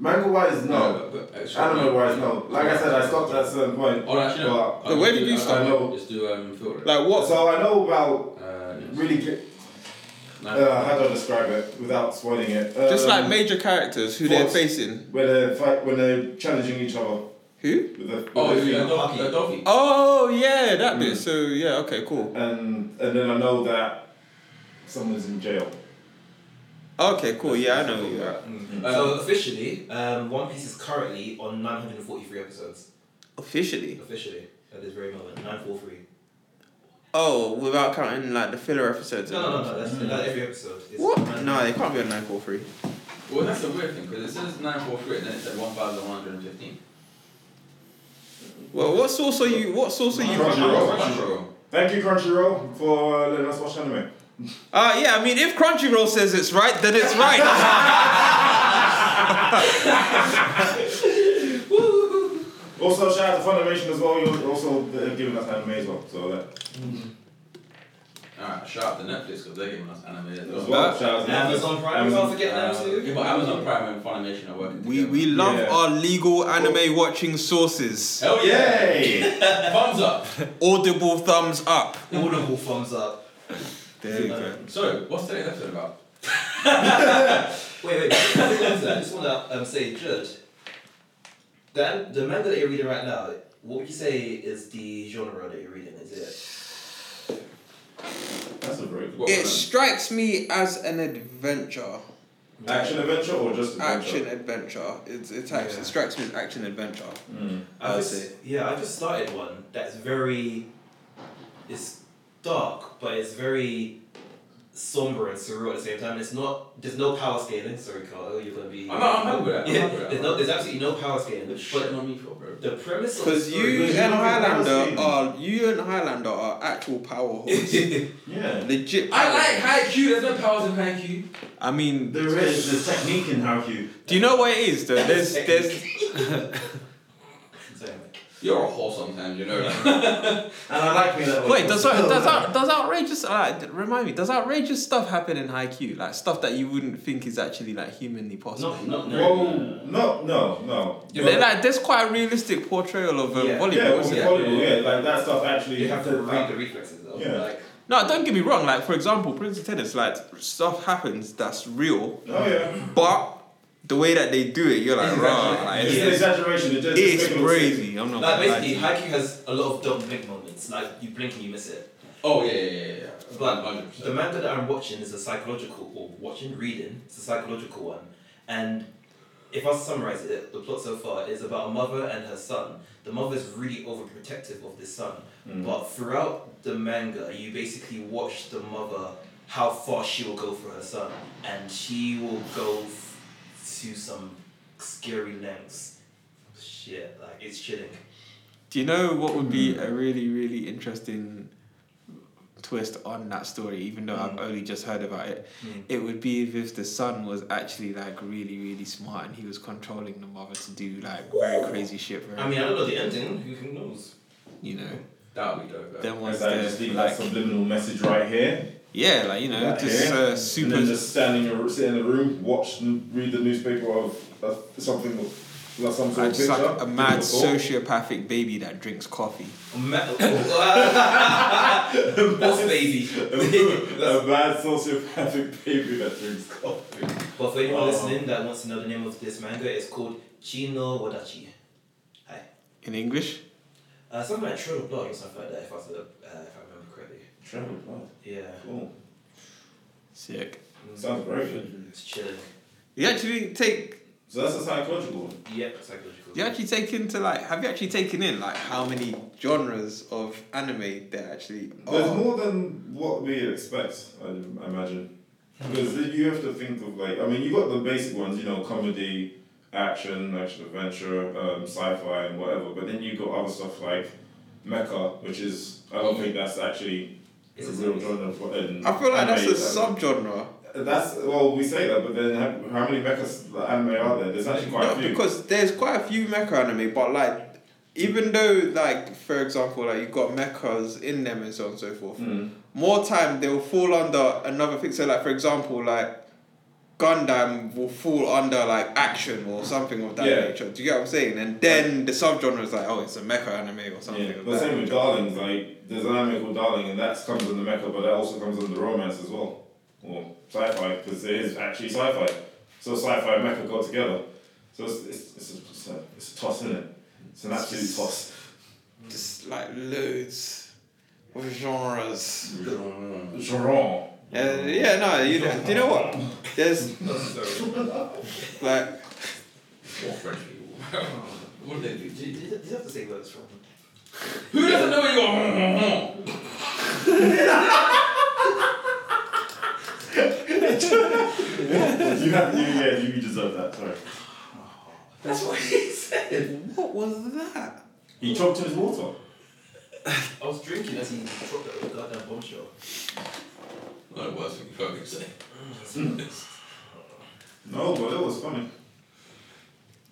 C: Manga wise, no.
B: but, but actually,
C: I don't know why it's no. Like I said, I stopped at a certain point.
B: Oh, actually, no.
C: But-
A: No, where did you
B: start?
C: stop?
B: Just do um, filter.
A: Like what?
C: So I know about
B: uh, yes.
C: really. Get,
B: no.
C: uh, how do I describe it without spoiling it? Um,
A: Just like major characters who they're
C: Force.
A: facing.
C: When they're fight, when they're challenging each other.
A: Who?
C: With the, with
B: oh,
C: the
B: you
C: feet.
B: Dolphy. Dolphy.
A: Oh yeah, that bit.
C: Mm.
A: So yeah, okay, cool.
C: And and then I know that someone's in jail.
A: Okay, cool. Yeah, I know. Yeah.
C: Mm-hmm.
D: Mm.
B: Uh,
D: So officially, um, One Piece is currently on 943 episodes.
A: Officially.
D: Officially, at this very moment, 943.
A: Oh, without counting like the filler episodes.
D: No,
A: and
D: no, no,
A: all.
D: no. That's
C: Mm.
D: not every episode. It's
A: What?
D: 943.
A: No, they can't be on nine four three.
B: Well, that's the weird thing because it says nine four three, and then it's at one thousand one hundred fifteen.
A: Well, what source are you? What source are you?
C: Crunchyroll.
B: Oh, Crunchyroll.
C: Thank you, Crunchyroll, for letting us watch anime.
A: Uh, yeah, I mean, if Crunchyroll says it's right, then it's right.
C: Also, shout out to Funimation as well. You're also they've given us anime as well. So uh, that
B: Alright, shout out to Netflix because they're giving us anime as
C: as
B: well.
C: well. Shout out to Netflix.
D: Amazon Prime, don't forget that
B: Uh, yeah,
D: too.
B: but Amazon Prime and Funimation are working
A: we
B: together.
A: we love
C: Yeah.
A: our legal anime watching sources.
B: Hell yeah!
C: Yay!
B: Thumbs up.
A: Audible thumbs up.
D: Audible thumbs up.
A: There you go.
B: So, what's today's episode about?
D: Wait, wait. before we go on to that, I just want to um, say, Judge, that the manga that you're reading right now, what would you say is the genre that you're reading? Is it?
C: That's a very good.
B: What
A: It
B: was
A: strikes me as an adventure,
C: Action adventure or just adventure?
A: action adventure. It's it types.
D: Yeah.
A: It strikes me as action adventure.
C: Mm.
D: I
A: I
D: just,
A: see.
D: yeah, I just started one that's very. It's dark, but it's very somber and surreal at the same time. It's not. There's no power scaling. Sorry, Carl. You're gonna be.
B: I'm not- I'm happy with that, I'm
D: Yeah,
B: happy with that.
D: there's no. There's absolutely no power scaling.
B: What's
D: But
B: shitting on me for, bro?
D: the premise of the
A: Because
D: story-
A: you
C: Because you
A: and
C: don't get power
A: Highlander
C: scaling.
A: are you and Highlander are actual power horses.
D: yeah,
C: Yeah.
A: Legit.
B: I
A: power.
B: like Haikyuu, there's no powers in Haikyuu.
A: I mean,
C: There is there's technique in how you.
A: do you know what it is though? There's there's
D: Sorry.
B: You're a whore sometimes, you know.
C: And I like me that way.
A: Wait, does that, does that, does outrageous like d- remind me? Does outrageous stuff happen in high Q? Like stuff that you wouldn't think is actually like humanly possible.
D: Not, not, no.
C: Whoa, no, no, no.
A: They're like there's quite a realistic portrayal of um,
D: Yeah.
A: volleyball.
C: Yeah,
A: isn't
C: with
A: it?
C: volleyball, yeah, like that stuff actually.
D: You have to read
C: like,
D: the reflexes though.
C: Yeah.
D: Like,
A: No, don't get me wrong. Like for example, Prince of Tennis, like stuff happens that's real,
C: Oh yeah.
A: but the way that they do it, you're like,
D: Exactly.
A: rah, like,
C: It's
A: it's,
C: an exaggeration. It just
A: it's
C: it's
A: crazy. I'm not.
D: like
A: gonna lie to
D: basically,
A: you.
D: Haikyuu has a lot of double blink moments. Like you blink and you miss it.
B: oh, yeah, yeah, yeah, yeah.
D: But
B: 100%.
D: The manga that I'm watching is a psychological, or watching, reading, it's a psychological one. And if I summarize it, the plot so far is about a mother and her son. The mother's really overprotective of this son. But throughout the manga, you basically watch the mother, how far she will go for her son. And she will go f- to some scary lengths. Shit, like, it's chilling.
A: Do you know what would be a really, really interesting twist on that story, even though I've
D: Mm.
A: only just heard about it?
D: Mm.
A: It would be if the son was actually like really, really smart and he was controlling the mother to do like very crazy shit for her.
D: I mean, I don't know the ending, who knows?
A: you know,
B: That would be dope, bro.
A: then once
C: As I just
A: the
C: leave
A: like,
C: that subliminal message right here,
A: yeah, like you know,
C: Right
A: just
C: here.
A: uh,
C: and
A: super.
C: then just stand in your sit in the room, watch, and read the newspaper of uh, something, like some sort
A: like,
C: of
A: just
C: picture.
A: like a mad
C: give it
A: sociopathic baby that drinks coffee.
D: Ma- oh,
C: a thought.
D: boss baby.
C: a mad sociopathic baby that drinks coffee.
D: But for anyone
C: Oh.
D: listening that wants to know the name of this manga, it's called Chino Wadachi.
A: In English,
D: Uh, something like Trail of Blood or something like that, if I, was, uh, uh, if I remember correctly.
C: Travel blood.
D: Yeah.
C: Cool.
A: sick.
D: Mm.
C: Sounds very good.
D: It's chilling.
A: You actually take
C: So that's a psychological one.
D: Yep, psychological.
A: Do you actually take into like have you actually taken in like how many genres of anime there actually
C: There's
A: are?
C: more than what we expect, I I imagine. Because
A: Hmm.
C: you have to think of like, I mean, you got the basic ones, you know, comedy, action, action adventure, um, sci-fi, and whatever. But then you got other stuff like mecha, which is I don't think that's actually
D: It's
C: a
D: a
C: real
D: series.
C: genre. For, in
A: I feel like that's a
C: anime.
A: subgenre.
C: That's well, we say that, but then how- how many mechas like, anime are there? There's actually quite
A: No,
C: a few.
A: because there's quite a few mecha anime, but like even though like for example like you've got mechas in them and so on and so forth,
C: Mm.
A: more time they'll fall under another thing. So like for example like Gundam will fall under like action or something of that
C: Yeah.
A: nature. Do you get what I'm saying? And then the subgenre is like, oh, it's a mecha anime or something.
C: Yeah,
A: of
C: but
A: that
C: same with
A: nature.
C: Darlings, like, there's an anime called Darling, and that comes under mecha, but that also comes under romance as well. Or sci fi, because it is actually sci fi. So sci fi and mecha go together. So it's, it's, it's, a, it's, a, it's a toss, isn't it? It's an absolute toss.
A: just like loads of genres.
B: Mm.
C: Genre.
A: Uh, yeah, no, you know, do you know what? There's
D: Oh, Sorry.
A: like
B: What French people? what did they do?
D: Did, did, did you have to say where it's from?
B: Who doesn't know you go?
C: you have, you, yeah, you deserve that, sorry.
B: That's what he said.
A: what was that?
C: He choked his water.
D: I was drinking as he dropped that little goddamn bombshell.
B: Not the worst thing you fucking say.
C: No, but it was funny.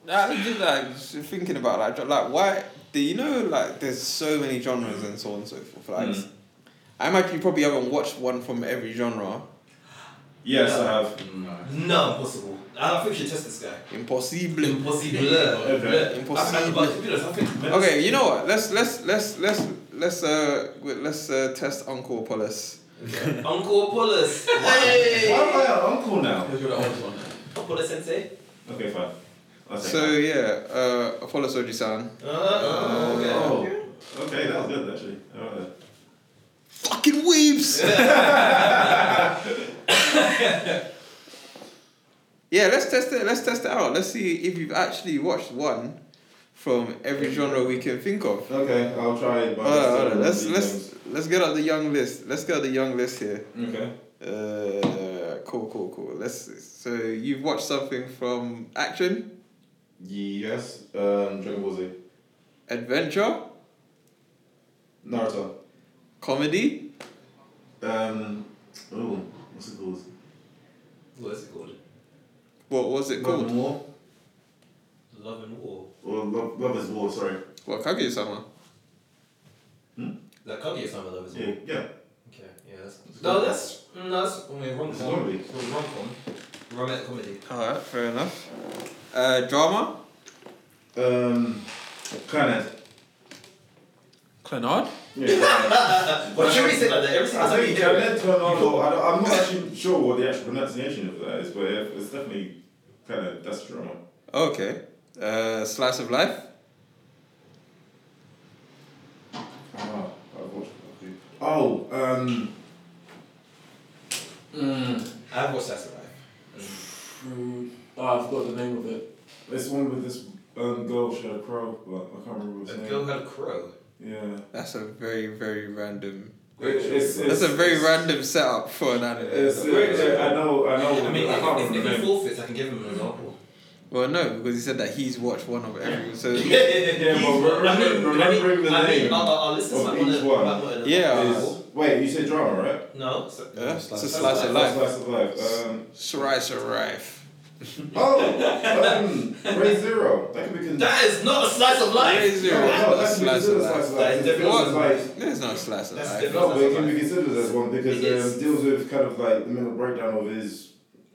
A: I was just like just thinking about like like why do you know like there's so many genres and so on and so forth. Like
C: Mm.
A: I imagine you probably haven't watched one from every genre.
C: Yes, I have.
B: No.
D: No, impossible. I think we should test this guy.
A: Impossible.
D: Impossible.
C: Okay.
D: I, I,
A: Impossible.
D: but to be honest, I think
A: Okay, you know what? Let's let's let's let's let's uh wait, let's uh test Uncle Polis.
D: Uncle Apollos.
C: Why
D: Hey!
C: am I an uncle now?
B: Because you're the oldest one.
D: Apollos sensei.
C: Okay, fine. I'll take
A: So
C: that.
A: yeah, uh Apollo Soji-san.
D: Uh, okay.
C: Oh. Okay, that was good, actually. I like that.
A: Fucking weebs. yeah, let's test it. Let's test it out. Let's see if you've actually watched one from every genre we can think of.
C: Okay, I'll try. my
A: Hold on,
C: best
A: hold
C: to
A: on. Let's
C: read
A: let's let's get out the young list. Let's get out the young list here.
C: them. Okay.
A: Uh, cool, cool, cool. Let's. So you've watched something from action,
C: Yes, um, Dragon Ball Z,
A: adventure,
C: Naruto.
A: comedy.
C: Um, oh, what's it called?
D: What is it called?
A: What was it
C: Love
A: called?
C: and War.
D: Love and War.
C: Or love, love is war. Sorry.
A: What Kaguya-sama?
D: That can't get some of those.
C: Yeah, yeah.
D: Okay, yeah, that's. No, that's. No, that's. I mean, rom
C: It's
D: com.
C: comedy.
D: Rom com. Romantic comedy.
A: All right, fair enough. Uh, drama.
C: Um, Clanhead.
A: Clannad.
C: Yeah.
D: What should we say like that? Every single
C: I
D: time we
C: think
D: hear it.
C: Clanhead turned on. Or, I don't, I'm not actually sure what the actual pronunciation of that is, but it- it's definitely kind of that's drama.
A: Okay. Uh, slice of life.
C: Ah, I've watched a few. Oh, um. Hmm.
D: I've watched that survive.
C: Mm, oh, I forgot the name of it. It's one with this um, girl, she had a crow, but I can't remember
D: A
C: his name.
D: girl had a crow.
C: Yeah.
A: That's a very very random.
D: Great
C: It-
D: show.
C: it's, it's,
A: That's a very
C: it's,
A: random setup for an anime.
C: It's,
D: Great
C: it's,
D: show.
C: I know, I know.
D: I mean,
C: I can't
D: if,
C: remember
D: if, if
C: the
D: he
C: name.
D: forfeits, I can give him an example.
A: Well, no, because he said that he's watched one of every. So
C: Yeah, but remember-
D: I mean,
C: remembering the
D: I mean,
C: name
D: Our, our our listeners
C: of
D: might want
C: each one
D: to.
A: Yeah.
C: Is, wait, you said drama, right?
D: No. so-
A: yeah, it's a
D: Slice
A: slice
D: of
A: of
C: That's
A: life.
C: Slice of life. Um,
A: Slice of life.
C: oh, um, Ray Zero. That could be considered.
D: That is not a slice of life.
A: Ray Zero.
C: No, no, that
A: That's
C: could be
A: slice
C: considered
A: of
C: slice of
A: life.
C: life.
D: That
C: It feels
D: different.
C: like
A: There's no slice of
D: That's
A: life.
D: different.
C: no, but it can be considered as one because
D: It is.
C: um, deals with kind of like the mental breakdown of his.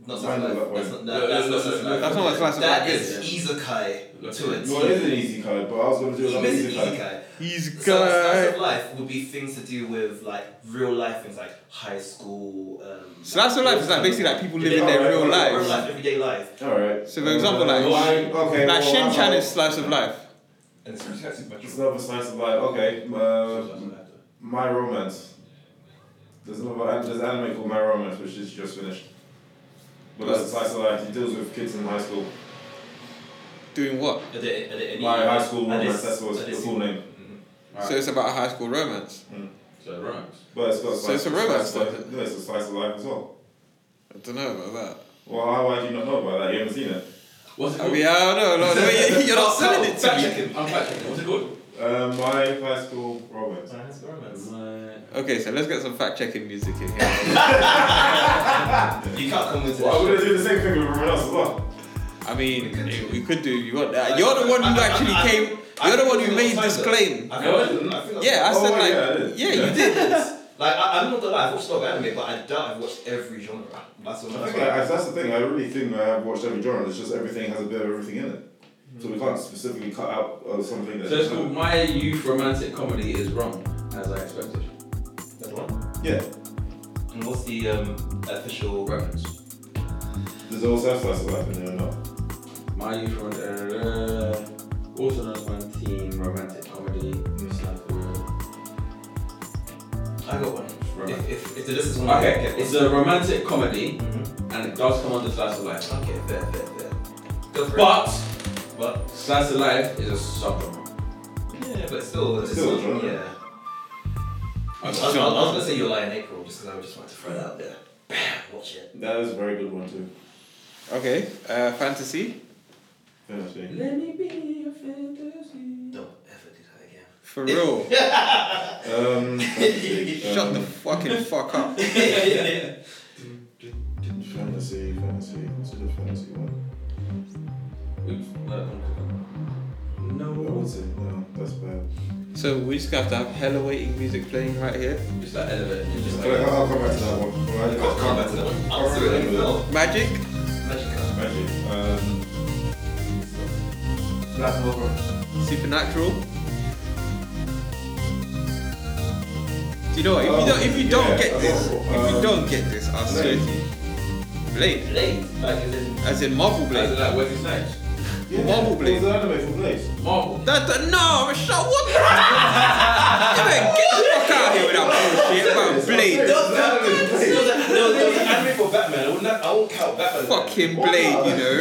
D: Not
C: I
D: slice
C: know
D: of life.
C: that one.
D: That's not that. That's not slice of life.
A: That's not what slice of
D: That
A: life
D: is
A: is.
D: isekai to it.
C: Well, it is an easy card, but I was going to do
D: He
C: it on
D: missed
C: easy card.
D: isekai.
A: He's
D: So slice
A: guy.
D: of life would be things to do with like real life things like high school. Um,
A: Slice of life is like basically like people living their real
C: Alright,
D: Real
A: lives.
D: life, everyday life.
C: Alright.
A: So, for example, like-
C: mine-
A: Like
C: okay, well,
A: Shin Chan
C: I'm-
A: is slice of life.
D: And it's
C: It's another slice of life. Okay. Uh, my romance. There's another there's an anime called My Romance, which is just finished. But that's a slice of life. It deals with kids in high school.
A: Doing what?
D: Are there, are there any?
C: My high school
D: are there-
C: romance. That's what
D: are
C: it's
D: there-
C: the full name.
A: So it's about high school romance.
B: So the romance.
C: But it's got a
A: So
C: slice
A: it's a
C: of life.
A: romance,
C: Slice-
A: then?
C: No, it's a slice of life as well.
A: I don't know about that.
C: Well, how why do you not know about that? You haven't seen it.
B: What's it
A: I
B: called?
A: mean, I don't know. No, no, you- you're
D: Oh,
A: not selling it to
D: Fact
A: me.
D: check him.
B: I'm fact checking. What's it called?
C: Um, my high school romance.
D: Science romance.
A: Okay, so let's get some fact checking music in here.
D: You can't come with
C: Well, I'm
D: that.
C: gonna do the same thing with everyone else as well.
A: I mean,
D: We could do.
A: we could do. You want
D: I-
A: that? You're the one who
D: I- I-
A: actually
D: I-
A: came.
D: I-
A: You're the one
D: I-
A: who made
D: I-
A: this claim.
D: I
B: No, I
D: feel
B: didn't.
D: like, I feel like
A: Yeah, I
C: Oh,
A: said
C: yeah, I
A: like,
C: did.
A: yeah,
C: Yeah.
A: you did.
D: Like I, I'm not gonna lie, I've watched a lot of anime, but I doubt I've watched every genre. That's
C: I
D: what that's
C: think
D: why-
C: I, that's the thing. I really think I have watched every genre. It's just everything has a bit of everything in it. So we can't specifically cut out uh, something that.
B: So it's called My Youth Romantic Comedy is Wrong, as I expected.
D: That one.
C: Yeah.
D: And what's the um, official reference?
C: There's also slice of life in there or not.
B: My Youth Romantic, uh, also known as my teen romantic comedy. sniper,
D: I got one.
B: romantic.
D: If, if, if the list is one,
B: Okay,
D: okay.
B: it's a romantic comedy
D: Mhm.
B: and it does come under slice of life.
D: Okay, fair, fair, fair. Go for
B: But
D: it. But
B: slice of life is a subgenre.
D: yeah, but still, it's
C: Still a genre.
D: yeah. I was, I was gonna say you're lying April just because I just wanted to throw it out there. Bam, watch it.
C: That is a very good one too.
A: Okay, uh, fantasy
C: Finish me.
B: Let me be your fantasy.
D: Don't ever do that again.
A: for real.
C: Um, fantasy,
A: Shut the
C: um,
A: fucking fuck up.
C: Fantasy, fantasy. What's a good fantasy one?
B: Oops, no,
C: I would say no. That's bad.
A: So we just have to have hella waiting music playing right here.
B: Just like elevator. you just
C: But
B: like-
C: I'll come back to that one. Alright,
D: I'll come back to that one. I'll do it. No.
A: Magic.
D: Magic card.
C: Magic. Um, Black Clover.
A: Supernatural. Do you know what? If you don't, if you don't
C: Yeah,
A: get this, if you
C: um,
A: don't get this, I'll swear to
C: Blade.
A: you. Blade,
D: Blade, like as in
A: as in Marvel
B: Like,
A: Blade.
B: like Wesley Snipes.
A: Marble Blade.
C: It was an anime from Blade.
B: Marvel.
A: That, that no, Michelle, what? the- you better get the fuck out of here with that bullshit about Blade.
C: It's an anime from Blade.
D: No, that- no, there was an anime for Batman. I would not. I won't count Batman.
A: Fucking Blade, you know.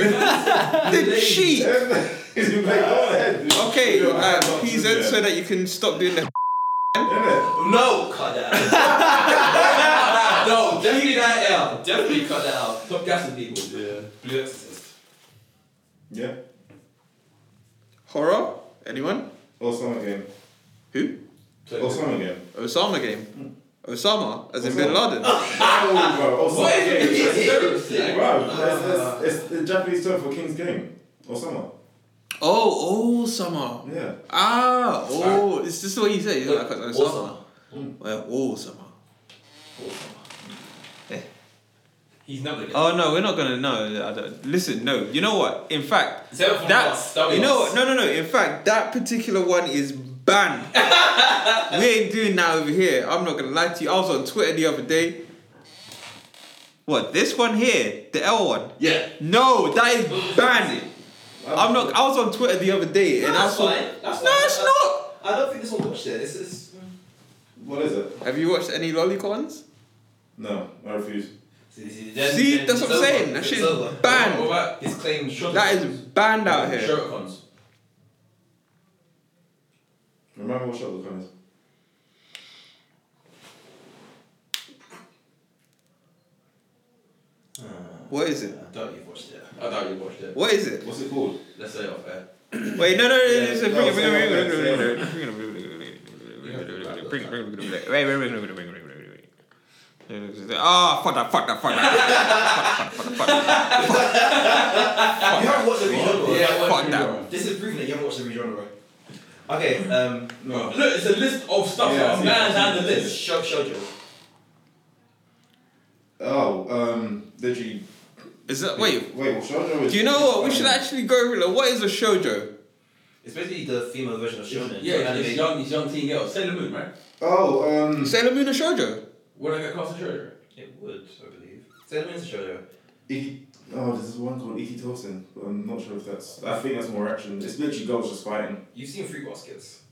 A: the cheat.
C: It's been Blade. Go ahead.
A: Okay,
C: You're
A: uh,
C: not too
A: please
C: bad.
A: end so that you can stop doing the.
C: Isn't it?
D: No, cut that. no, definitely that out. Definitely cut that out.
B: Stop gassing people.
D: Yeah. Blue Exorcist.
C: Yeah.
A: Horror? Anyone?
C: Osama game.
A: Who?
B: So-
C: Osama game.
A: Osama game. Osama, as in
C: Osama.
A: Bin Laden.
C: Oh, bro. Osama
B: What
C: game.
B: is it? It's a terrorist
C: Wow, that's, that's, it's the Japanese term for king's game. Osama.
A: Oh, Osama.
C: Yeah.
A: Ah, oh, is this what you say? You're like, Osama.
D: Awesome.
A: Well, Osama.
D: He's not gonna.
A: Oh no, we're not gonna. No, I don't. Listen, no. You know what? In fact,
D: Seven from
A: that's
D: us, that we
A: Uh, you know
D: lost.
A: what? No, no, no. In fact, that particular one is banned. we ain't doing that over here. I'm not gonna lie to you. I was on Twitter the other day. What? This one here, the L one.
B: Yeah.
A: No, that is banned. I'm not. I was on Twitter the other day, and I
D: that's
A: saw.
D: fine. That's
A: no,
D: fine.
A: it's not.
D: I don't think this one watched it. It's just.
C: What is it?
A: Have you watched any lollicons?
C: No, I refuse.
D: See, see, then-
A: See,
D: then
A: that's what
D: it's
A: I'm
D: over.
A: saying. That
D: It's
A: shit
D: over.
A: is banned.
B: What about
D: His claim shot.
A: That is banned out here.
B: Sherlock Holmes?
C: Remember what shot the comments.
A: What is it?
D: I doubt you've watched it.
B: I doubt you watched it.
A: What is it?
C: What's it called?
B: Let's say it off air.
A: Wait, no, no, no,
C: Yeah,
A: no,
C: no,
A: bring it, bring it,
C: say
A: bring it,
C: it,
A: bring it,
C: say
A: bring it, bring it, bring it, bring it, bring it, bring it, bring it, bring it, bring it, bring it, wait, wait, wait, wait, wait, wait, wait, wait, wait. Ah, fuck that, fuck that, fuck that. Fuck, fuck, fuck, fuck.
D: You haven't watched the regenerator.
B: Yeah, I watched
A: fuck that.
D: This is proof that you haven't watched the regenerator. Okay. Um.
C: No.
B: Look, it's a list of stuff
C: Yeah,
B: that
C: I
B: a
C: see.
B: man had the
D: This is
B: list.
D: Sho- Shoujo.
C: Oh, um, literally.
A: Is that wait?
C: Wait, well, Shoujo is.
A: Do you know what? We should actually go through. Like, what is a shoujo?
D: It's basically the female version of shonen.
B: Yeah, it's,
D: Anime.
B: it's young, it's young teen girls. Sailor Moon, right?
C: Oh, um.
A: Sailor Moon a shoujo?
B: Would I get cast as shoujo?
D: It would, I believe. Sailor Moon's a shoujo.
C: Iki, oh, there's this one called Ikitosen, but I'm not sure if that's. I think that's more action. It's literally girls just fighting.
D: You've seen Fruit Baskets.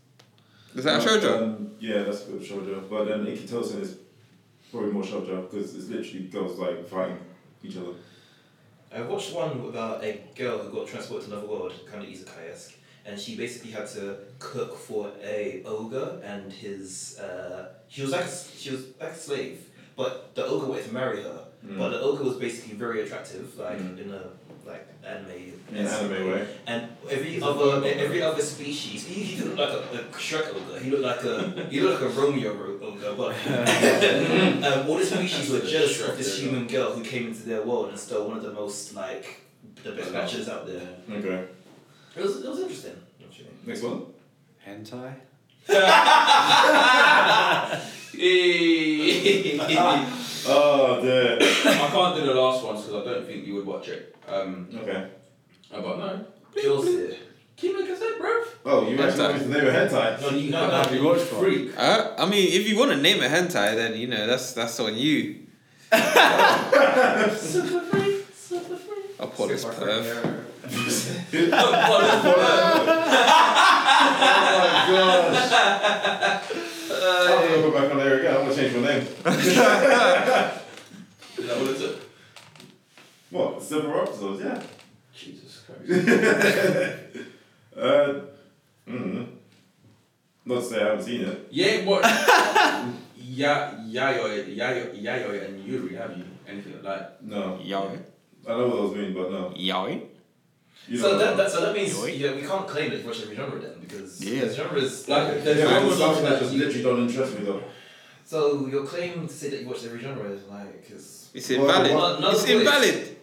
A: Is that a shoujo?
C: Um, yeah, that's a bit of shoujo. But um, then Ikitosen is probably more shoujo because it's literally girls like fighting each other.
D: I watched one about a girl who got transported to another world, kind of isekai esque, and she basically had to cook for a ogre and his. Uh, she was like a, s- she was like a slave, but the ogre wanted to marry her.
C: Hmm.
D: But the ogre was basically very attractive, like
C: Mm.
D: in a like anime.
C: In an anime way.
D: And every
B: He's a
D: other e-,
B: ogre.
D: every other species, he, he didn't look like a, a Shrek ogre. He looked like a he looked like a Romeo ro- ogre. But um, all the species were jealous of this human girl who came into their world and stole one of the most like the best matches out there.
C: Okay.
D: It was it was interesting. Actually.
C: Next one.
E: Hentai?
B: I
C: Oh, the.
B: can't do the last ones because I don't think you would watch it. Um, oh,
C: Okay.
B: but no.
D: Jules did.
B: Keep it cassette, bruv.
C: Oh, you actually
A: Hentai.
C: noticed the name of hentai.
D: No, you
B: No,
D: no,
E: Have
D: no.
E: you watched one?
B: Freak.
A: Uh, I mean, if you want to name a hentai, then you know that's that's on you.
B: Super freak. Super freak.
A: Apollos perv.
C: Oh my gosh. I'm gonna go back on there again. I'm gonna change my name.
B: Is that all it took?
C: What? Several episodes? Yeah.
B: Jesus Christ.
C: Uh, mm, not to say I haven't seen it.
B: yeah, what? ya, yayoi, yayoi, yayoi, and Yuri, have you? Anything like
C: No.
A: Yaoi.
C: I know what those mean, but no.
A: Yaoi.
C: You
D: So
C: don't
D: that,
C: know.
D: that so that means
A: Yoink.
D: yeah we can't claim it for every genre then because
A: Yeah.
D: the genre is
B: Like, there's
C: yeah,
B: no
C: but
B: one
C: the stuff
B: watching
C: that
B: that
C: just
B: you-
C: literally don't interest me though.
D: So your claim to say that you watched every genre is like is
A: It's
C: Well,
A: invalid.
D: well, no,
A: it's
D: please.
A: invalid.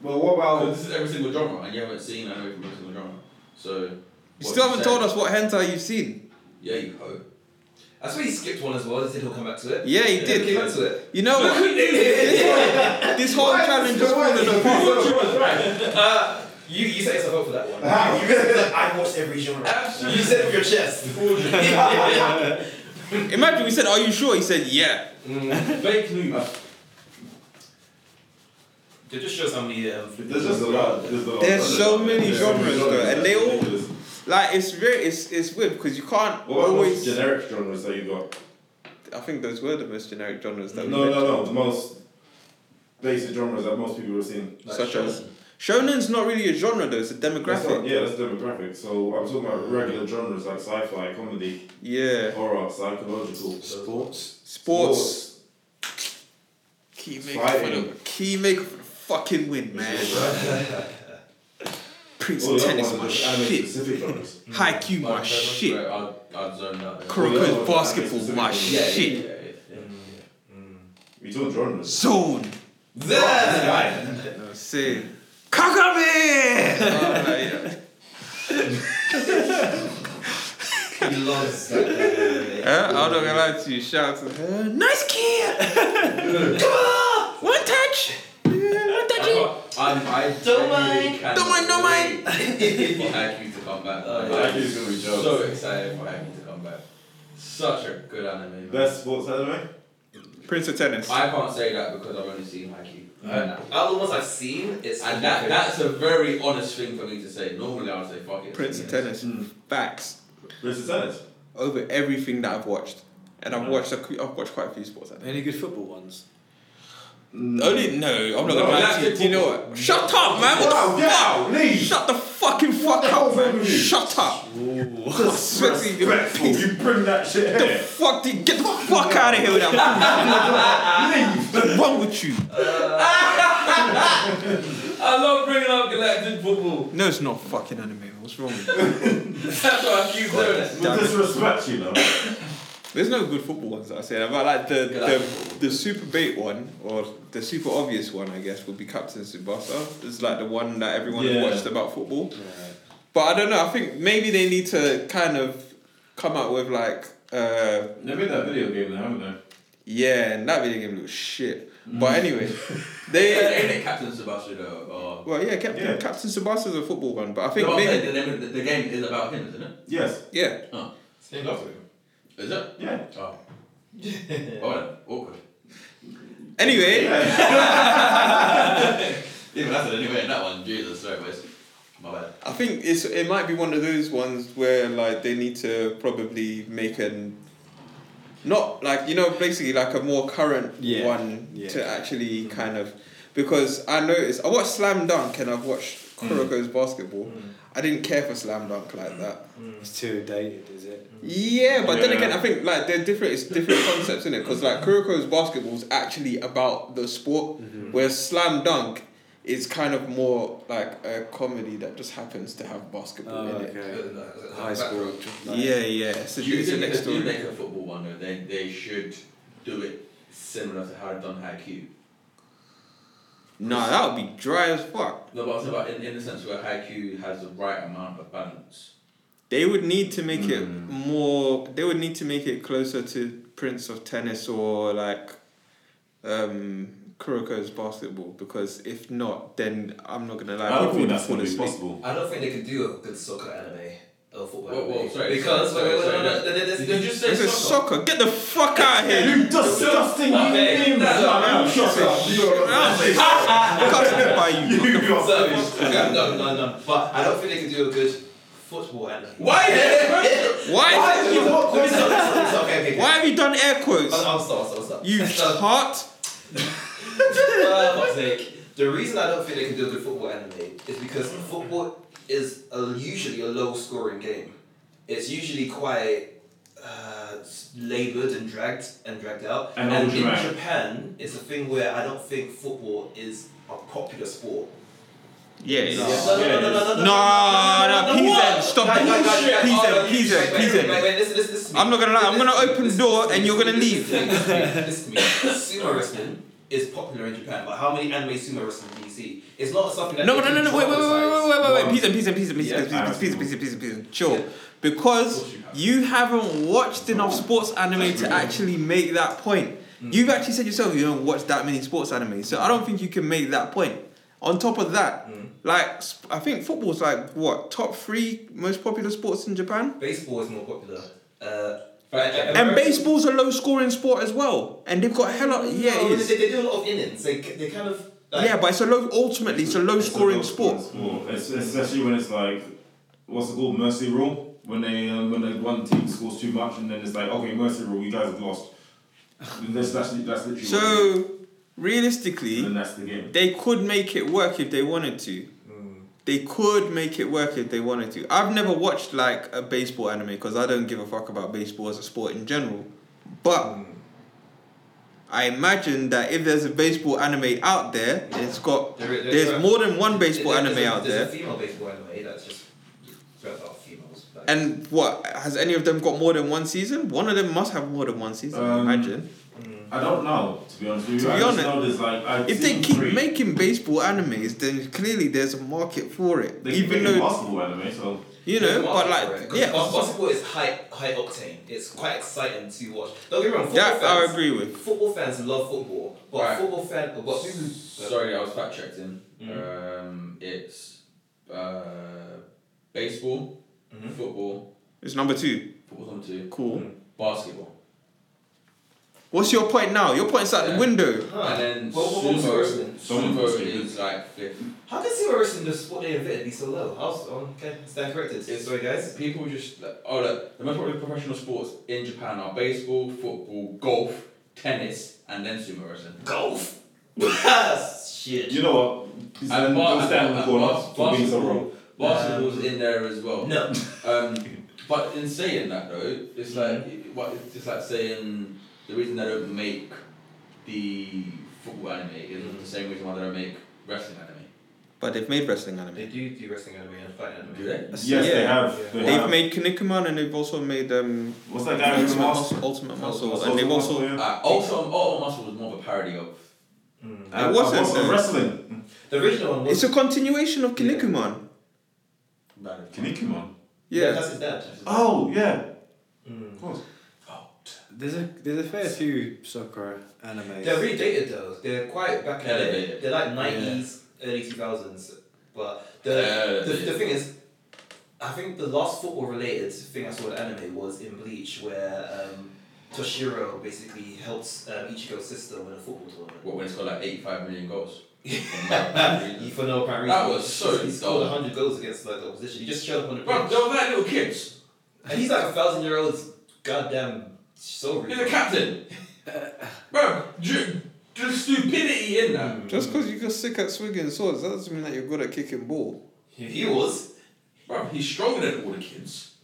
C: Well,
B: Oh,
C: what about?
B: this is every single genre, and you haven't seen I know every single genre. So.
A: You
B: what
A: still haven't
B: said-
A: told us what hentai you've seen.
B: Yeah, you hoe.
D: I swear he skipped one as well. He said he'll come back to it.
A: Yeah, you
B: Yeah.
A: did.
D: He came back to it.
A: You know what? this whole challenge is falling apart.
D: Uh, you you set yourself up for that one.
C: How?
D: Ah, You said that I watched every genre.
B: Absolutely.
D: You said it with your chest.
A: Imagine we said, "Are you sure?" He said, "Yeah."
D: Mm.
B: Fake news.
D: It just shows how many um, flipping
C: There's just a
D: genres
C: lot.
D: there are.
C: There's, a lot.
A: There's so many
C: There's
A: genres, though, and they all-
C: Ridiculous.
A: Like it's very, it's it's weird because you can't
C: What about most
A: always.
C: generic genres that you got?
A: I think those were the most generic genres that.
C: No,
A: we
C: no,
A: mentioned.
C: no. The most basic genres that most people have seen.
D: Like
A: Such
D: shonen.
A: as- Shonen's not really a genre though; it's a
C: That's not-
A: demographic.
C: yeah, that's demographic. So I'm talking about regular genres like sci-fi, comedy,
A: Yeah,
C: horror, psychological.
E: Sports?
A: sports. Key
C: It's
A: maker for the
C: fighting.
A: key maker for the fucking win, man. Prince
C: Oh, that
A: tennis
C: one
A: my
C: was anime
A: shit.
C: specific ones.
A: High Q my
B: Like,
A: shit.
B: I'd, I'd zone out.
C: Oh, yeah,
A: Kuroko's
C: well,
A: basketball
C: anime
A: my
C: specifically.
B: Yeah, yeah,
A: shit.
B: yeah, yeah, yeah.
C: We don't genres.
A: Zone.
D: There!
A: No, see. Kagame! Oh, like, yeah.
D: He loves that guy.
A: Huh? I'm not gonna lie to you. Shout out to her. Eh, Nice kid! Come on! One touch! One touch!
B: I, I'm, I
D: Don't
B: genuinely
D: mind.
B: cannot
A: Don't mind, don't
B: wait For Haikyuu to come back.
D: Oh,
B: Like,
D: yeah.
B: I'm
C: Haikyuu's gonna be jealous.
B: So excited for Haikyuu to come back. Such a good anime. man.
C: Best sports anime?
A: Prince of Tennis.
B: I can't say that because I've only seen Haikyuu. And- oh,
D: Out of the ones I've seen, it's
B: And that, that's a very honest thing for me to say. Normally I would say fuck it.
A: Prince of Tennis. Facts.
C: Versus tennis.
A: Over everything that I've watched. And I've
C: Mhm.
A: watched, a, I've watched quite a few sports. anime.
E: Any good football ones?
A: Only no, I'm not
C: No,
A: gonna lie
B: that's
A: to you.
B: it.
A: Do you know what? Shut up, man! What
C: Wow,
A: the
C: get
A: fuck?
C: out, leave!
A: Shut the fucking fuck
C: the
A: up,
C: hell's wrong
A: man!
C: with you?
A: Shut up! Respectful, you
C: Disrespectful,
A: piece-
C: you bring that shit
A: The
C: here.
A: fuck did get the fuck out of here with that?
C: Leave!
A: What's wrong with you?
B: I love bringing up galactic football.
A: No, it's not fucking anime. What's wrong with you?
B: That's what I keep doing.
C: With disrespect, you know.
A: There's no good football ones that I say. But like the
B: Good like
A: the, the super bait one or the super obvious one, I guess, would be Captain Subasa. It's like the one that everyone
C: Yeah.
A: watched about football. But I don't know. I think maybe they need to kind of come up with like. Uh,
C: They made that video game now, haven't they?
A: Yeah, and that video game looks shit.
C: Mm.
A: But anyway, they.
B: Ain't it Captain Sebastian uh, though? Or...
A: Well, yeah, Captain
C: Yeah.
A: Captain Sebastian's a football one, but I think
B: No, I'm
A: maybe
B: saying the, name of the, the game is about him, isn't it?
C: Yes.
A: yeah.
D: It's named after
B: Is it?
C: Yeah.
B: Oh,
D: him.
B: oh then. awkward.
A: Anyway,
B: Even that's it anyway in that one. Jesus, sorry, boys. My bad.
A: I think it's it might be one of those ones where like they need to probably make an. Not like you know, basically like a more current
E: Yeah.
A: one
E: Yeah.
A: to actually kind of, because I noticed I watched Slam Dunk and I've watched Kuroko's
E: Mm.
A: basketball.
D: Mm.
A: I didn't care for Slam Dunk like that.
E: It's too dated, is it?
A: Yeah, but then
C: Yeah.
A: again, I think like they're different. It's different concepts in it because like Kuroko's basketball is actually about the sport,
E: Mm-hmm.
A: whereas Slam Dunk is kind of more like a comedy that just happens to have basketball in
E: Oh,
A: it.
E: okay.
B: Uh,
E: High school. like-
A: Yeah, yeah. So
B: you
A: it's the
B: think
A: next
B: if you
A: story.
B: make a football one, though, then they should do it similar to how they've done Haikyuu.
A: Nah, that would be dry as fuck.
B: No, but I'm talking about in, in the sense where Haikyuu has the right amount of balance.
A: They would need to make it
C: Mm.
A: more. They would need to make it closer to Prince of Tennis or like um, Kuroko's basketball because if not, then I'm not gonna lie.
C: I don't
A: people
C: think
A: would
C: that's
A: fall
C: going to be
A: asleep.
C: possible.
D: I don't think they could do a good soccer anime or football
B: Whoa,
D: anime.
B: whoa, sorry,
D: because
B: sorry,
D: wait, wait,
B: sorry,
D: wait, no,
B: sorry.
D: no, no, there's-
B: Did
D: there's-
B: you just say
A: This is soccer. Get the fuck out of here.
C: You disgusting human being! Shut up! You're
A: I got hit by you.
D: So, no, no, no, no. But I don't think they can do a good football anime.
B: Why?
A: Why?
D: Let me stop, let me stop, let me stop. Okay, okay, okay.
A: Why have you done air quotes?
D: I'll, I'll stop, I'll stop, I'll stop.
A: You
D: So,
A: heart.
D: for fuck's sake, the reason I don't think they can do a good football anime is because football is a, usually a low scoring game. It's usually quite uh, laboured and dragged and dragged out.
C: And
D: in
C: overdragged.
D: Japan, it's a thing where I don't think football is a popular sport.
A: Yeah.
D: No,
A: yeah.
D: no, no, no, no, no,
A: No, no, please then, stop
D: Guys,
A: it.
D: guys, guys,
A: Bullshit.
D: guys,
A: Please
D: oh,
A: then,
D: no,
A: please
D: wait,
A: then,
D: wait,
A: please
D: wait,
A: then.
D: Wait, wait, listen, listen, listen.
A: I'm not gonna lie, I'm gonna
D: Listen,
A: open
D: listen,
A: door
D: listen,
A: and you're gonna
D: listen,
A: leave.
D: Listen, listen, listen to me. Sumo wrestling is popular in Japan, but how many anime sumo wrestling do you see? It's not something that.
A: No,
D: they
A: no, no,
D: can
A: no. Wait, wait, wait, wait, wait, wait, wait. Peace and peace and peace and peace
D: Yeah,
A: and peace and
C: I
A: peace and
C: see.
A: peace and peace and peace and chill. Because you haven't watched enough sports anime to actually make that point. You've actually said yourself you don't watch that many sports anime, so I don't think you can make that point. On top of that, like sp- I think football's like what top three most popular sports in Japan.
D: Baseball is more popular. Uh,
B: Fact check.
A: And baseball's a low scoring sport as well, and they've got hella yeah
D: no,
A: it is
D: They, they do a lot of innings. They, they kind of. Like,
A: yeah, but it's a low ultimately it's a low scoring sport.
C: It's, especially when it's like, what's it called, mercy rule? When they um, when they, one team scores too much and then it's like, okay, mercy rule, you guys have lost. That's, that's, that's literally what
A: So
C: it is.
A: realistically,
C: and that's the game.
A: they could make it work if they wanted to. They could make it work if they wanted to. I've never watched like a baseball anime because I don't give a fuck about baseball as a sport in general. But I imagine that if there's a baseball anime out there, it's got there's more than one baseball
D: there's,
A: anime
D: there's a,
A: out
D: there's
A: there.
D: a female baseball anime that's just it's about females. Like,
A: And what has any of them got more than one season? One of them must have more than one season. I
C: Um,
A: imagine
D: Mm.
C: I don't know, to be honest with you.
A: To
C: I
A: be
C: just
A: honest,
C: know there's like I've
A: if
C: seen
A: they keep
C: three.
A: making baseball animes, then clearly there's a market for it.
C: they keep
A: Even
C: making
A: though
C: basketball anime, so
A: you
D: There's
A: know,
D: a
A: but
D: market for it,
A: like
D: 'cause
A: yeah,
D: bas- basketball is high high octane. It's quite exciting to watch. Don't get me wrong. Football
A: that I
D: fans,
A: agree with.
D: Football fans love football, but
B: Right.
D: football fan, but
B: Sorry, I was fact checked in.
D: Mhm.
B: Um, it's uh, baseball,
D: Mhm.
B: football,
A: It's number two.
B: football number two,
A: Cool.
B: basketball,
A: What's your point now? Your point's out
B: Yeah.
A: the window.
D: Huh.
B: and then
D: Well, what was
B: sumo.
D: wrestling?
C: Someone
B: Sumo
C: was doing
B: is like fifth.
D: How can Silver Wrestling the sport they invented be so low? I was, oh, okay, stand corrected.
B: It's-
D: Sorry, guys.
B: People just like, oh look, the most popular professional sports in Japan are baseball, football, golf, tennis, and then sumo wrestling.
D: Golf. Shit.
C: you know what? He's
B: And
C: in-
B: ba-
C: don't stand in the
B: and
C: corner
B: bas-
C: for being so wrong.
B: Basketball's in there as well.
D: No.
B: Um, but in saying that though, it's like what it's like saying the reason they don't make the football anime is the same reason why they don't make wrestling anime.
A: But they've made wrestling
D: They
A: anime.
D: do do wrestling anime and fight anime.
B: Do they?
C: Yes,
A: Yeah.
C: they have. They
A: They've
C: have.
A: made Kinnikuman and they've also made um,
C: What's that guy
A: Ultimate
C: with the mask?
A: Muscle, Ultimate Muscle,
C: Muscle-
A: and they've
C: Muscle,
A: also
C: yeah.
B: Uh, also, Ultimate Muscle was more of a parody of.
D: Mm.
C: And- and
A: wasn't,
C: what's the
A: though.
C: wrestling.
D: The original one was.
A: It's a continuation of
D: Yeah.
A: Kinnikuman.
C: Kinikimon.
A: Yeah.
D: That's his dad.
C: Oh yeah,
D: Mm.
C: of course.
E: There's a there's a fair few soccer animes.
D: They're really dated though. They're quite back in the day.
B: Elevated.
D: They're like nineties, early two thousands. But the, the
B: Elevated.
D: the thing is, I think the last football related thing I saw in anime was in Bleach, where um, Toshiro basically helps um, Ichigo's sister win a football tournament.
B: What when it's got like eighty-five million goals.
D: You for no apparent reason.
B: That was so
D: He scored
B: dumb.
D: hundred goals against like the opposition. He just showed up on the
B: Bro,
D: pitch,
B: they were like little kids.
D: and he's like a thousand year old goddamn soul
B: He's
D: reader.
B: a captain. Bro, ju- the stupidity in that.
A: Just because you got sick at swinging swords, that doesn't mean that you're good at kicking ball.
D: If he was.
B: Bro, he's stronger than all the kids.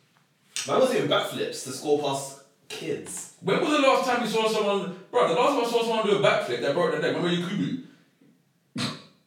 D: Mine was doing backflips to score past kids.
B: When was the last time we saw someone? Bro, the last time I saw someone do a backflip that broke their neck. Remember Yakubu?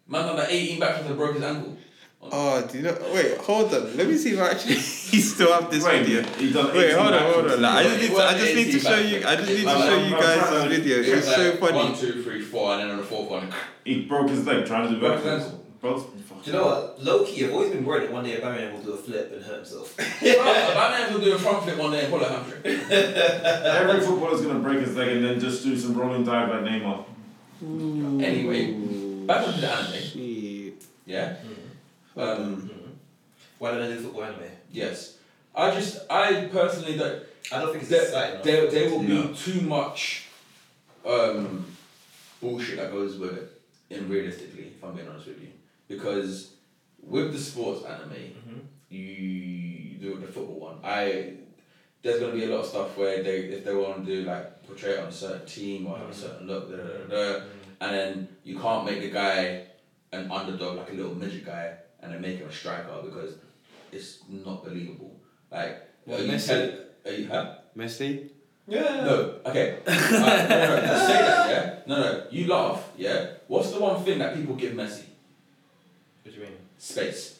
B: Man done like eighteen backflips and broke his ankle.
A: Oh, do you know? Wait, hold on. Let me see if I actually you still have this
C: Wait,
A: video.
C: he done
A: Wait,
C: 18
A: hold on, hold
C: matches.
A: on. Like, I just
B: It
A: need to,
B: was
A: I just need to
B: 80
A: show you. I just need to show you guys this video. It's so
B: Like, One,
A: funny.
B: two, three, four, and then on the fourth one.
C: He broke his leg trying to do
B: Broke his
C: backflips.
B: ankle.
C: Bro's
D: Do you know what? Low key, I've always been worried that one day Batman will do a flip and hurt himself.
B: Bro, a man will do a front flip one day and pull a hamstring.
C: Every footballer's gonna break his leg and then just do some rolling dive like Neymar.
B: Anyway, back onto the anime.
A: Shit.
B: Yeah.
A: Hmm.
B: Um,
D: Why don't I do football anime?
B: yes. I just, I personally don't.
D: I don't think it's
B: There,
D: exciting.
B: there, there will
C: No.
B: be too much um, bullshit that goes with it, in realistically, if I'm being honest with you. Because with the sports anime,
D: Mm-hmm.
B: you do the football one. I there's gonna be a lot of stuff where they if they want to do like portray it on a certain team or
D: Mm-hmm.
B: have a certain look, da, da, da, da, and then you can't make the guy an underdog like a little midget guy and then make him a striker because it's not believable. Like
E: Well,
B: are you
E: Messi-
B: tell, are you huh?
E: Messi.
D: Yeah.
B: No, okay. Uh, no, no, no, you say that, yeah? No, no, you laugh, yeah? What's the one thing that people give Messi?
D: What do you mean?
B: Space.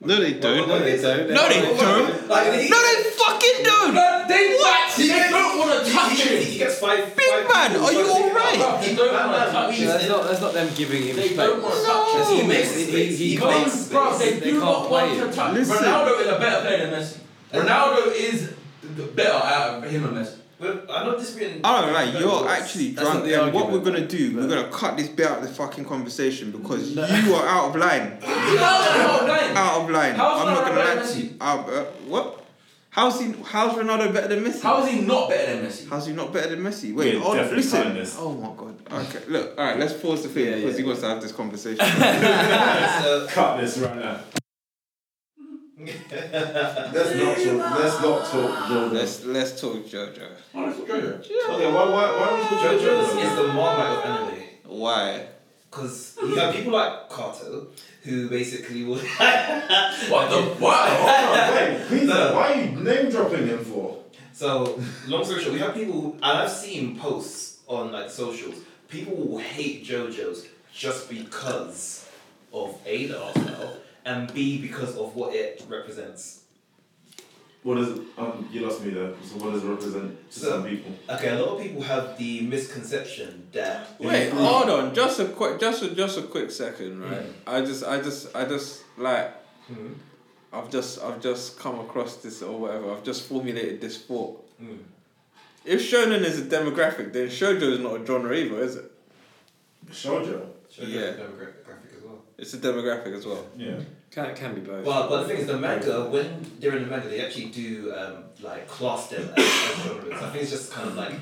A: No, they
D: Well,
A: don't.
D: well,
E: No, they don't.
A: No, they
E: don't.
A: don't.
D: Like, he,
A: No, they fucking don't.
B: But they what? They don't want to touch
D: he,
B: him.
D: he gets five.
A: Big
D: five
A: man,
D: people
A: are you
D: trying to take him
A: alright?
D: out.
B: They don't
D: Batman
B: wanna touch
D: wheezes
E: No, that's
D: him.
E: not that's not them giving him
B: They don't want
E: space.
B: to touch him.
A: No.
D: He makes
E: He-
D: space.
E: he- he
D: makes
E: can't-
D: space.
B: Bro, they
E: They
B: do
E: can't
B: not want
E: play
B: to
E: it.
B: touch
A: Listen.
B: Ronaldo is a better player than Messi. Ronaldo is the better out of him and Messi.
D: But I'm not disputing.
A: I don't know, you're
D: That's-
A: actually
E: that's
A: drunk.
E: not the
A: And what we're
E: argument.
A: gonna do, we're gonna cut this bit out of the fucking conversation because you are out of line.
B: How's that not playing?
A: Out of line.
B: How's
A: I'm not
B: Ronaldo
A: gonna lie
B: better
A: to
B: than
A: you. Out, uh, what? How's he? How's Ronaldo better than Messi?
B: How is he not better than Messi?
A: How's he not better than Messi? Wait,
C: Yeah,
A: hold on,
C: definitely
A: listen.
C: kindness.
A: Oh my god. Okay, look, alright, let's pause the thing
E: Yeah,
A: because he
E: yeah.
A: wants to have this conversation.
D: So,
C: Cut this right now. let's not talk. Let's not talk Jordan.
A: let's let's talk JoJo.
B: Honestly, Jojo.
C: okay, why why why are we talking
D: JoJo's
C: Jordan?
D: is the Marmite of anime.
A: Why?
D: Because you have people like Kato, who basically will.
B: What the? What?
C: Wait, please,
D: No.
C: why are you name dropping him for?
D: So, long story short, we have people, and I've seen posts on like socials, people will hate JoJo's just because of A, the art style, and B, because of what it represents.
C: What is um? You lost me there. So what does it represent to
D: So-
C: some people?
D: Okay, a lot of people have the misconception that.
A: Wait,
C: Yeah.
A: hold on, just a quick, just a, just a quick second, right? I just, I just, I just like,
D: Hmm,
A: I've just, I've just come across this or whatever. I've just formulated this thought.
D: hmm.
A: If shonen is a demographic, then shoujo is not a genre either, is it?
C: Shoujo.
D: Should I go
A: Yeah.
D: with demographic as well?
A: It's a demographic as well.
C: Yeah.
E: Can, it can be both.
D: Well, but the thing is, the manga when they're in the manga, they actually do um, like class them as, as genres. I think it's just kind of like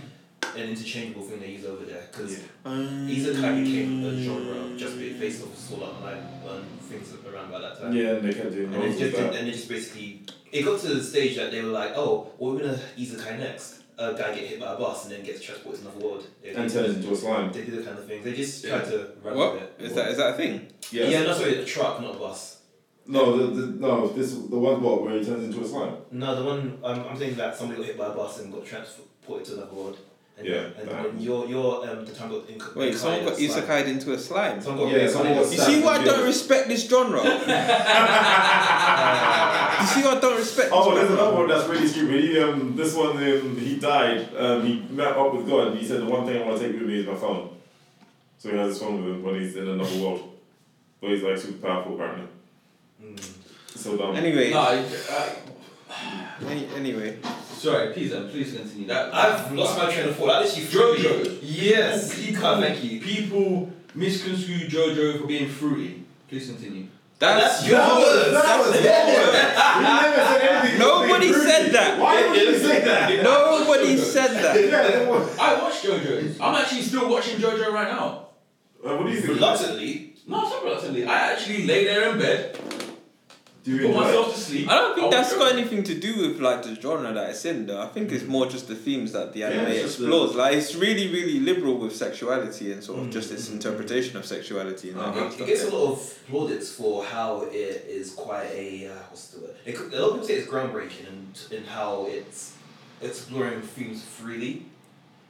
D: an interchangeable thing they use over there because
A: Um,
D: isekai became a genre just ba- based off Sword Art Online and things around about that time.
C: Yeah, and they kept doing
D: And it
C: loads of
D: just
C: that.
D: and it just basically it got to the stage that they were like, oh, what are we gonna isekai next? A guy get hit by a bus and then gets transported to another world. They
C: And
D: do,
C: turns into a slime.
D: they do the kind of thing. They just
B: Yeah.
D: try to run with
A: What
D: it.
A: is that? Is that a thing?
C: Yes.
D: Yeah, no, sorry, a truck, not a bus.
C: No, the, the, no, this the one part where he turns into a slime.
D: No, the one I'm, I'm thinking that somebody got hit by a bus and got transported to another world. And,
C: Yeah,
D: And,
C: that.
D: and your your um the time got inc-
A: Wait, someone got isekai into a slime.
D: Someone got
C: Yeah, someone got
A: You
C: stabbed
A: see
C: and
A: why I don't
C: killed.
A: respect this genre? you
D: Uh,
A: see why I don't respect
C: Oh,
A: this
C: there's
A: genre?
C: another one that's really stupid. He, um, this one, um, he died. Um, he met up with God. He said, "The one thing I want to take with me is my phone." So he has his phone with him when he's in another world. But he's like super powerful apparently.
D: mm.
C: So dumb.
A: Anyway,
B: No, uh,
A: any, anyway.
B: sorry, please, um, please continue that.
D: I've lost my train of thought. I literally
B: Jojo.
D: Yes, you can't thank you.
B: People misconstrue JoJo for being fruity. Please continue.
A: That's,
D: That's your
A: your
D: words.
A: words.
C: that was
D: That's-
C: bad. He never said anything.
A: Nobody
C: He was being
A: said
C: rude.
A: that.
C: Why would you say that?
A: Nobody said that.
C: Yeah, that was-
B: I watched JoJo. I'm actually still watching JoJo right now.
C: Uh, what do you think?
D: Reluctantly,
B: No, it's not reluctantly. I actually lay there in bed,
C: Do you
B: put
C: enjoy it?
B: myself to sleep.
A: I don't think
B: watch
C: Oh,
A: that's got
B: JoJo.
A: anything to do with like the genre that it's in though. I think it's more just the themes that the
C: Yeah,
A: anime
C: it's just the-
A: explores. Like it's really, really liberal with sexuality and sort of just its
D: Mm.
A: interpretation of sexuality and
C: Uh-huh.
A: that kind of
D: it, it
A: stuff.
D: gets a lot of plaudits for how it is quite a uh, what's the word? It, could- a lot of people say it's groundbreaking and in how it's exploring themes freely,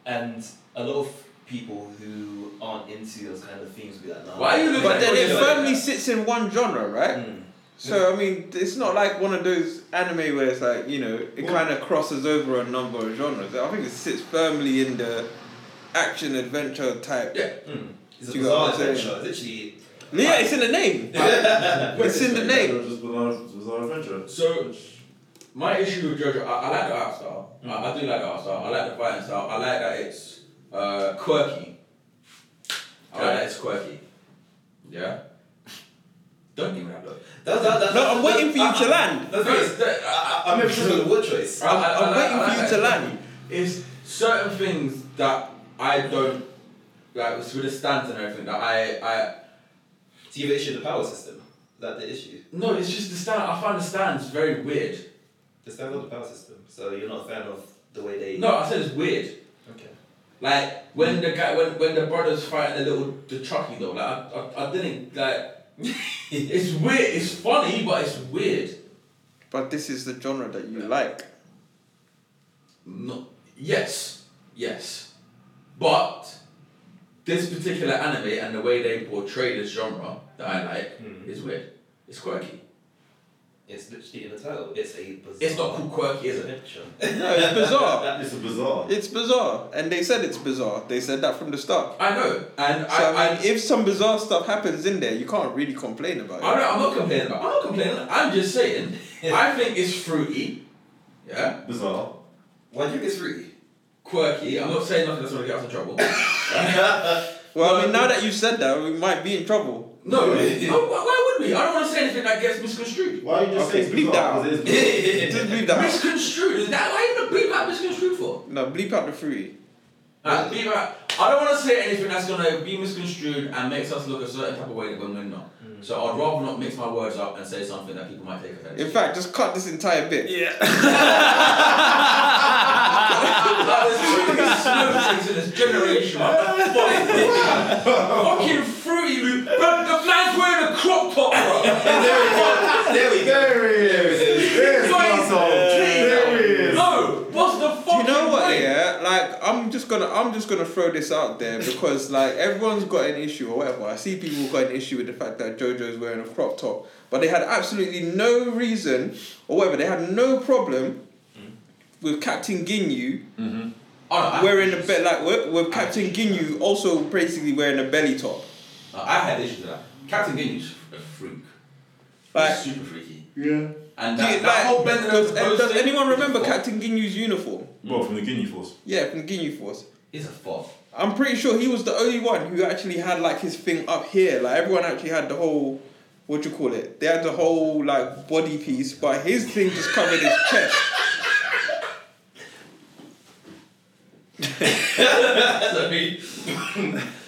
D: and a lot of people who aren't into those kind of themes be like, nah.
B: Why are you looking
A: But then it
B: Yeah.
A: firmly sits in one genre, right?
D: Mm.
A: So I mean, it's not like one of those anime where it's like you know it
C: Well-
A: kind of crosses over a number of genres. I think it sits firmly in the action adventure type.
B: Yeah.
D: Mm. It's a
A: You got
D: bizarre
A: what I'm
D: adventure. Literally,
A: Yeah, it's in the name. It's in the name.
C: It's just bizarre, bizarre adventure.
B: So- My issue with JoJo, I, I like the art style.
A: Mm.
B: I, I do like the art style. I like the fighting style. I like that it's uh, quirky. I like that it's quirky. Yeah. Don't even have that.
D: that, that, that,
A: No, I'm
D: that-
A: waiting for you
D: I-
A: to land.
D: That's
B: It's-
D: right.
B: that- I-
D: I, I, I'm impressed with the word choice.
B: I- I- I
A: uh, I'm, I'm
B: like- I
A: waiting
B: like that
A: for you to
B: it's
A: land.
B: is certain things that I don't like with the stance and everything that I I
D: So you've issued the power system. Is that the issue?
B: no it's just the stance I find the stance very weird.
D: The standard of the power system. So you're not a fan of the way they.
B: No, I said it's weird.
D: Okay.
B: Like when the guy when when the brothers fighting the little the Chucky though like I, I, I didn't like it's weird it's funny but it's weird.
A: But this is the genre that you like.
B: No yes yes, but this particular anime and the way they portray this genre that I like
D: Hmm.
B: is weird. It's quirky.
D: It's literally in the title. It's a bizarre
B: It's not called quirky, is it?
D: adventure.
A: No, it's bizarre.
C: It's a bizarre.
A: It's bizarre, and they said it's bizarre. They said that from the start.
B: I know, and
A: So
B: I,
A: I,
B: I,
A: mean, if some bizarre stuff happens in there, you can't really complain about it.
B: I know, I'm not complaining about. I'm not complaining. I'm just saying. I think it's fruity, yeah,
C: Bizarre.
D: Why do you think it's free?
B: quirky. I'm not saying nothing that's gonna get us in trouble.
A: well, I mean, now that you said that, we might be in trouble.
B: No, no, why, why would we? I don't want to say anything that gets misconstrued.
C: Why you just
A: Okay,
C: say it's
A: bleep that
C: bizarre?
A: out.
C: Because it is bizarre.
A: Just bleep that. out.
B: Misconstrued is that? Why even beat out misconstrued for?
A: No, bleep out the fruity.
B: Uh, beat out. I don't want to say anything that's gonna be misconstrued and makes us look a certain type of way when we're not.
A: Mm.
B: So I'd rather not mix my words up and say something that people might take offense.
A: In fact, just cut this entire bit.
B: Like, there's too many snow things in this generation. motherfucker. Fucking fruity loop. But the man's wearing a crop top, bro.
D: there we go.
C: There he is! There's
B: Guys,
C: Russell!
B: please.
C: There he is!
B: No, what's the
A: like like I'm just gonna I'm just gonna throw this out there because like everyone's got an issue or whatever. I see people who've got an issue with the fact that JoJo's wearing a crop top, but they had absolutely no reason or whatever. They had no problem with Captain Ginyu
B: Oh, no, I-
A: wearing a be- like with, with Captain Ginyu also basically wearing a belly top.
B: No, Uh, I had issues with that. Captain Ginny's a freak.
A: Like-
B: He's super freaky.
C: Yeah.
B: And
A: Yeah, like,
B: that, that whole bending over
A: does,
B: the post
A: does
B: thing
A: anyone
B: is a
A: remember
B: fop.
A: Captain Ginyu's uniform?
C: Well, from the Guinea Force.
A: Yeah, from Ginyu Force.
B: He's a fob.
A: I'm pretty sure he was the only one who actually had like his thing up here. Like everyone actually had the whole, what do you call it? They had the whole like body piece, but his thing just covered his chest.
B: Sorry.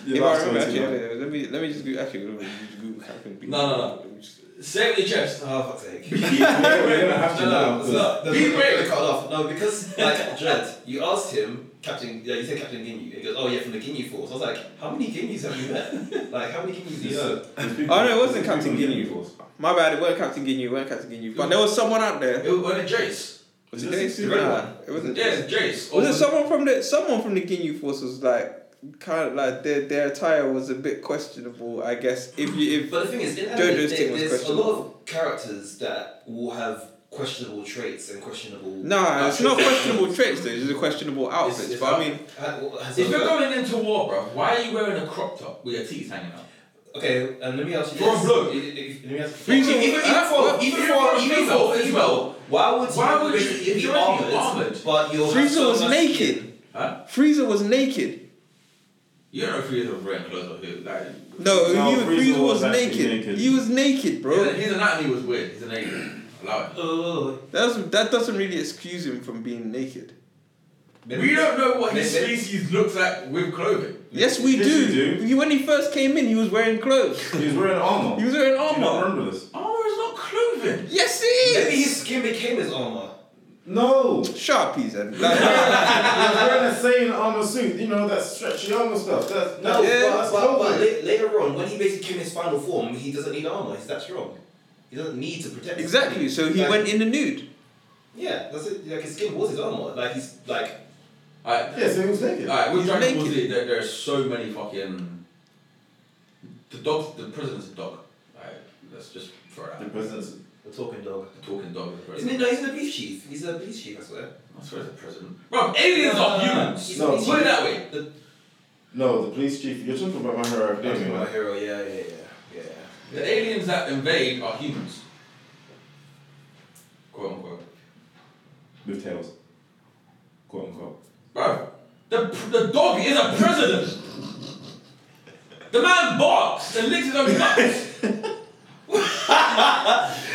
C: Yeah,
A: if I
C: that's
A: remember,
C: what I
A: actually,
C: did.
A: wait, wait, let me let me just go, actually let me just Google Captain Bean.
B: No, no, no.
A: Let me just-
B: Save the chest.
D: Oh, fuck's sake.
C: Yeah, we're gonna have to
D: no,
C: now,
D: no,
C: 'cause-
D: no, no,
B: Be
D: no,
B: brave.
D: no, cut it off. No, because like Dread, you asked him, Captain. Yeah, you said Captain Ginyu. He goes, oh yeah, from the Ginyu Force. I was like, how many Ginyus have you met? like, how many Ginyus do you know?
C: there's people-
A: Oh, no, it wasn't
C: there's
A: Captain
C: people in
A: Guinea.
C: Guinea Force.
A: My bad. It weren't Captain Ginyu. It weren't Captain Ginyu. But there was someone out there.
B: It was when it Jace.
A: Was
C: Is
A: it
C: this
A: Jason?
C: the red
A: Nah, it wasn't.
B: Yeah, it's Jace.
A: Was it someone from the someone from the Ginyu Force was like kind of like their their attire was a bit questionable. I guess if you if
D: But the thing is, in
A: Jojo's
D: anime,
A: team
D: there,
A: was
D: there's a
A: questionable.
D: lot of characters that will have questionable traits and questionable.
A: Nah, it's not
D: outfits.
A: questionable traits though. It's just questionable outfits.
B: it's
A: but I
B: out-
A: mean,
D: Ha- well, has
B: If
D: a-
B: you're going into war, bro, why are you wearing a crop top with your teeth hanging out?
D: okay, and let me ask you
B: You're a
D: this.
B: bloke.
D: I- I- Let me ask
A: Freeze
D: you
A: it.
B: even
A: uh,
B: for
A: what?
B: even
D: If
B: for
D: you're
B: even
D: female,
B: for female,
D: Why would
B: Why
D: you
B: would you-
D: basically
B: if
D: be
B: you're already
D: armored,
B: armored,
D: But you're
A: Frieza was naked.
B: huh?
A: Frieza was naked.
B: You don't know if he's a red clothes or who. Like,
A: No,
C: No,
A: he was, Frieza,
C: Frieza was
A: was
C: actually
A: naked.
C: naked.
A: He was naked, bro.
B: His, his anatomy was weird. He's an alien. Allow it.
D: Oh,
A: That's that doesn't really excuse him from being naked.
B: We don't know what his
D: Maybe-
B: species looks like with clothing.
A: Yes, we
C: Yes,
A: do.
C: you do.
A: He- When he first came in, he was wearing clothes.
C: He was wearing armor.
A: he was wearing
C: Do you not
A: armor.
C: remember this?
B: Armor is Oh, not clothing.
A: Yes, he
D: Maybe
A: is.
D: his skin became his armor.
C: No.
A: Sharpies and
C: He was wearing the same armor suit. You know that stretchy armor stuff. That's
D: No,
C: that's-
A: Yeah,
C: that's
D: but, but, but
C: clothing.
D: la- later on, when he basically came in his final form, he doesn't need armor. He's that strong. He doesn't need to protect. his
A: exactly.
D: skin.
A: So he
D: Like,
A: went in the nude.
D: Yeah, that's it. Like his skin was his armor. Like he's like.
B: Alright,
C: Yeah, so he was naked.
B: alright. With
A: He's
B: Dragon Ball
A: naked.
B: Z, there, there are so many fucking. The dog, the president's a dog. Alright, let's just throw it
C: The
B: out.
C: president's
D: A talking dog.
B: The talking dog is the
D: Isn't he?
B: president.
D: No, he's a police chief. He's a police chief. I swear.
B: I swear it's the president. Bro, aliens are humans.
D: He's
C: No,
D: a police
B: Put it
D: chief.
B: that way.
D: The-
C: no, the police chief. You're talking about my hero
D: That's
C: academia.
D: my
C: Right?
D: hero. Yeah, yeah, yeah, yeah.
B: The aliens that invade are humans. Quote unquote.
C: With tails, quote unquote.
B: Bro, the, the dog is a president. The man barks and licks his own nuts.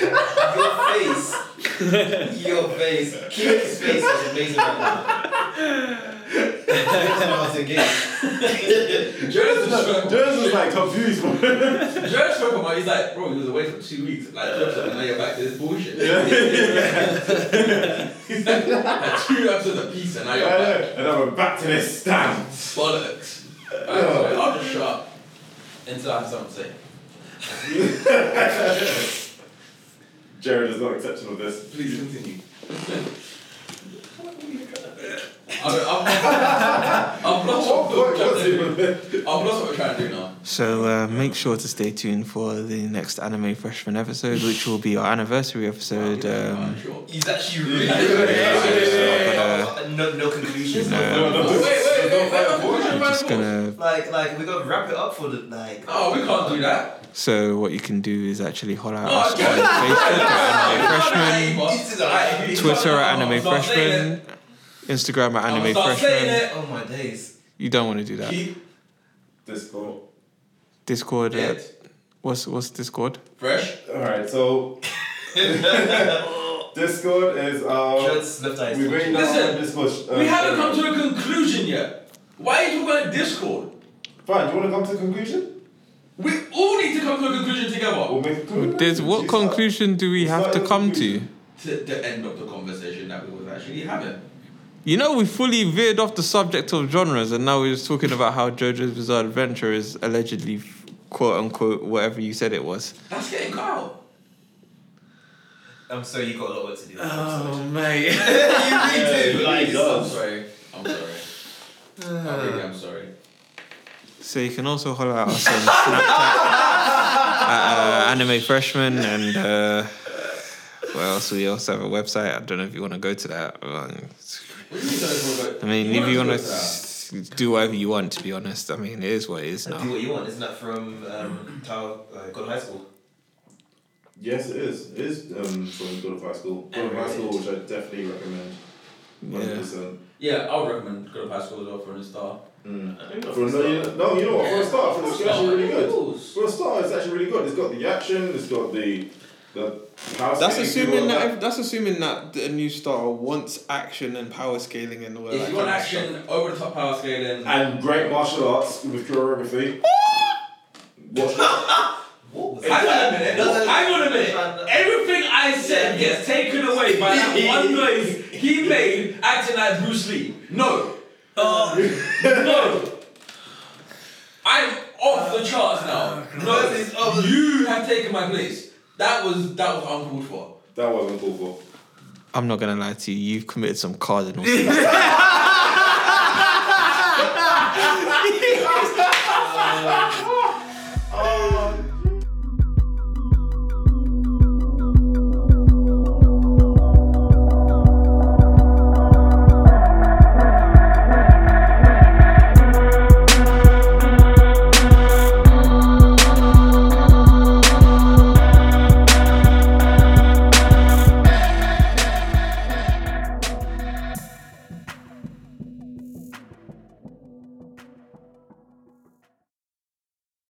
D: Your face. Your face. Keith's face is amazing right now. That's what I was thinking.
B: Jonas was
C: Jones was like confused. yeah,
B: Jonas spoke about. He's like, bro, he was away for two weeks. Like, Jonas, now you're back to this bullshit. He's like, "Had two episodes of peace, and now
C: I
B: you're back.
C: know. and now we're back to this stand.
B: Bollocks. I was like, I'll just shut up until I have something to say.
C: Jared is not exceptional to this.
B: Please continue. I've lost
C: What
B: what we're
C: point
B: trying
C: was
B: to
C: it
B: do.
C: with it?
B: I've lost what we're trying to do now.
E: So uh, make sure to stay tuned for the next anime freshman episode, which will be our anniversary episode. Um,
B: Sure.
D: He's actually really
B: Yeah,
D: good.
B: yeah,
E: yeah,
D: No, no conclusions.
E: No.
B: Wait, wait, wait, wait, wait, wait, wait,
E: just
B: wait, wait.
E: gonna.
D: Like, like we gotta wrap it up for the like. oh,
B: No, we can't do that.
E: So what you can do is actually holler at
B: No,
E: us on Facebook at Anime Freshman,
D: This is alright.
E: Twitter at Anime
B: Stop saying
E: Freshman, Instagram at
B: I'm
E: Anime
B: stop saying
E: Freshman.
B: it.
D: Oh my days.
E: You don't want to do that.
B: Keep
C: Discord.
E: Discord. Uh,
B: it
E: what's what's Discord?
B: fresh.
C: Alright, so Discord is um,
E: Oh,
C: our.
D: Just left eye.
C: We're waiting
B: Listen,
C: on Discord. um,
B: We haven't come to a conclusion yet. Why are you talking about Discord?
C: Fine, do you want to come to a conclusion?
B: We all need to come to a conclusion together.
C: We'll make a conclusion.
E: There's what
C: You start.
E: conclusion do we have to come to?
B: To the end of the conversation that we was actually having.
E: You know, we fully veered off the subject of genres, and now we're just talking about how JoJo's Bizarre Adventure is allegedly quote unquote whatever you said it was.
B: That's getting cut out.
D: I'm
E: Oh.
B: Oh,
D: sorry, you got a lot of work to do.
E: mate.
C: Yeah, he
D: you really do. Like,
B: I'm
D: it's-
C: does.
B: sorry. I'm sorry.
A: so you can also holler at us on Snapchat at uh, Anime Freshman and uh, what else? We also have a website. I don't know if you want to go to that. Um,
B: What do you mean tell us more about
A: I mean, if
B: wanna
A: you
B: go
A: want
B: to that?
A: to do whatever you want, to be honest, I mean, it is what it is
D: And
A: now.
D: do what you want. Isn't that from um, Tower uh, Golden High School?
C: Yes, it is. It is um, from Good of High School. Good of High School, which I definitely recommend.
A: Yeah.
C: 100%.
B: Yeah, I would recommend Good High School as well for an star.
C: Mm.
D: I don't know.
C: For no, you no, you know what? For a start, for a start, it's actually really good.
B: Rules.
C: For a start, it's actually really good. It's got the action. It's got the the house.
A: That's assuming that, if, that's assuming that a new star wants action and power scaling and all that.
B: If you
A: kind
B: want
A: of stuff.
B: action, over the top power scaling,
C: and great martial arts with choreography. Watch it.
D: What was
B: Hang
D: that?
B: on a minute.
D: No, no, no.
B: Hang on a minute. Everything I said
D: Yeah.
B: gets taken away by that one noise he made acting like Bruce Lee. No. Uh. no. I'm off the charts now. No,
D: This is off the-
B: you have taken my place. That was that was uncalled for.
C: That wasn't cool for.
A: I'm not gonna lie to you. You've committed some cardinal sins.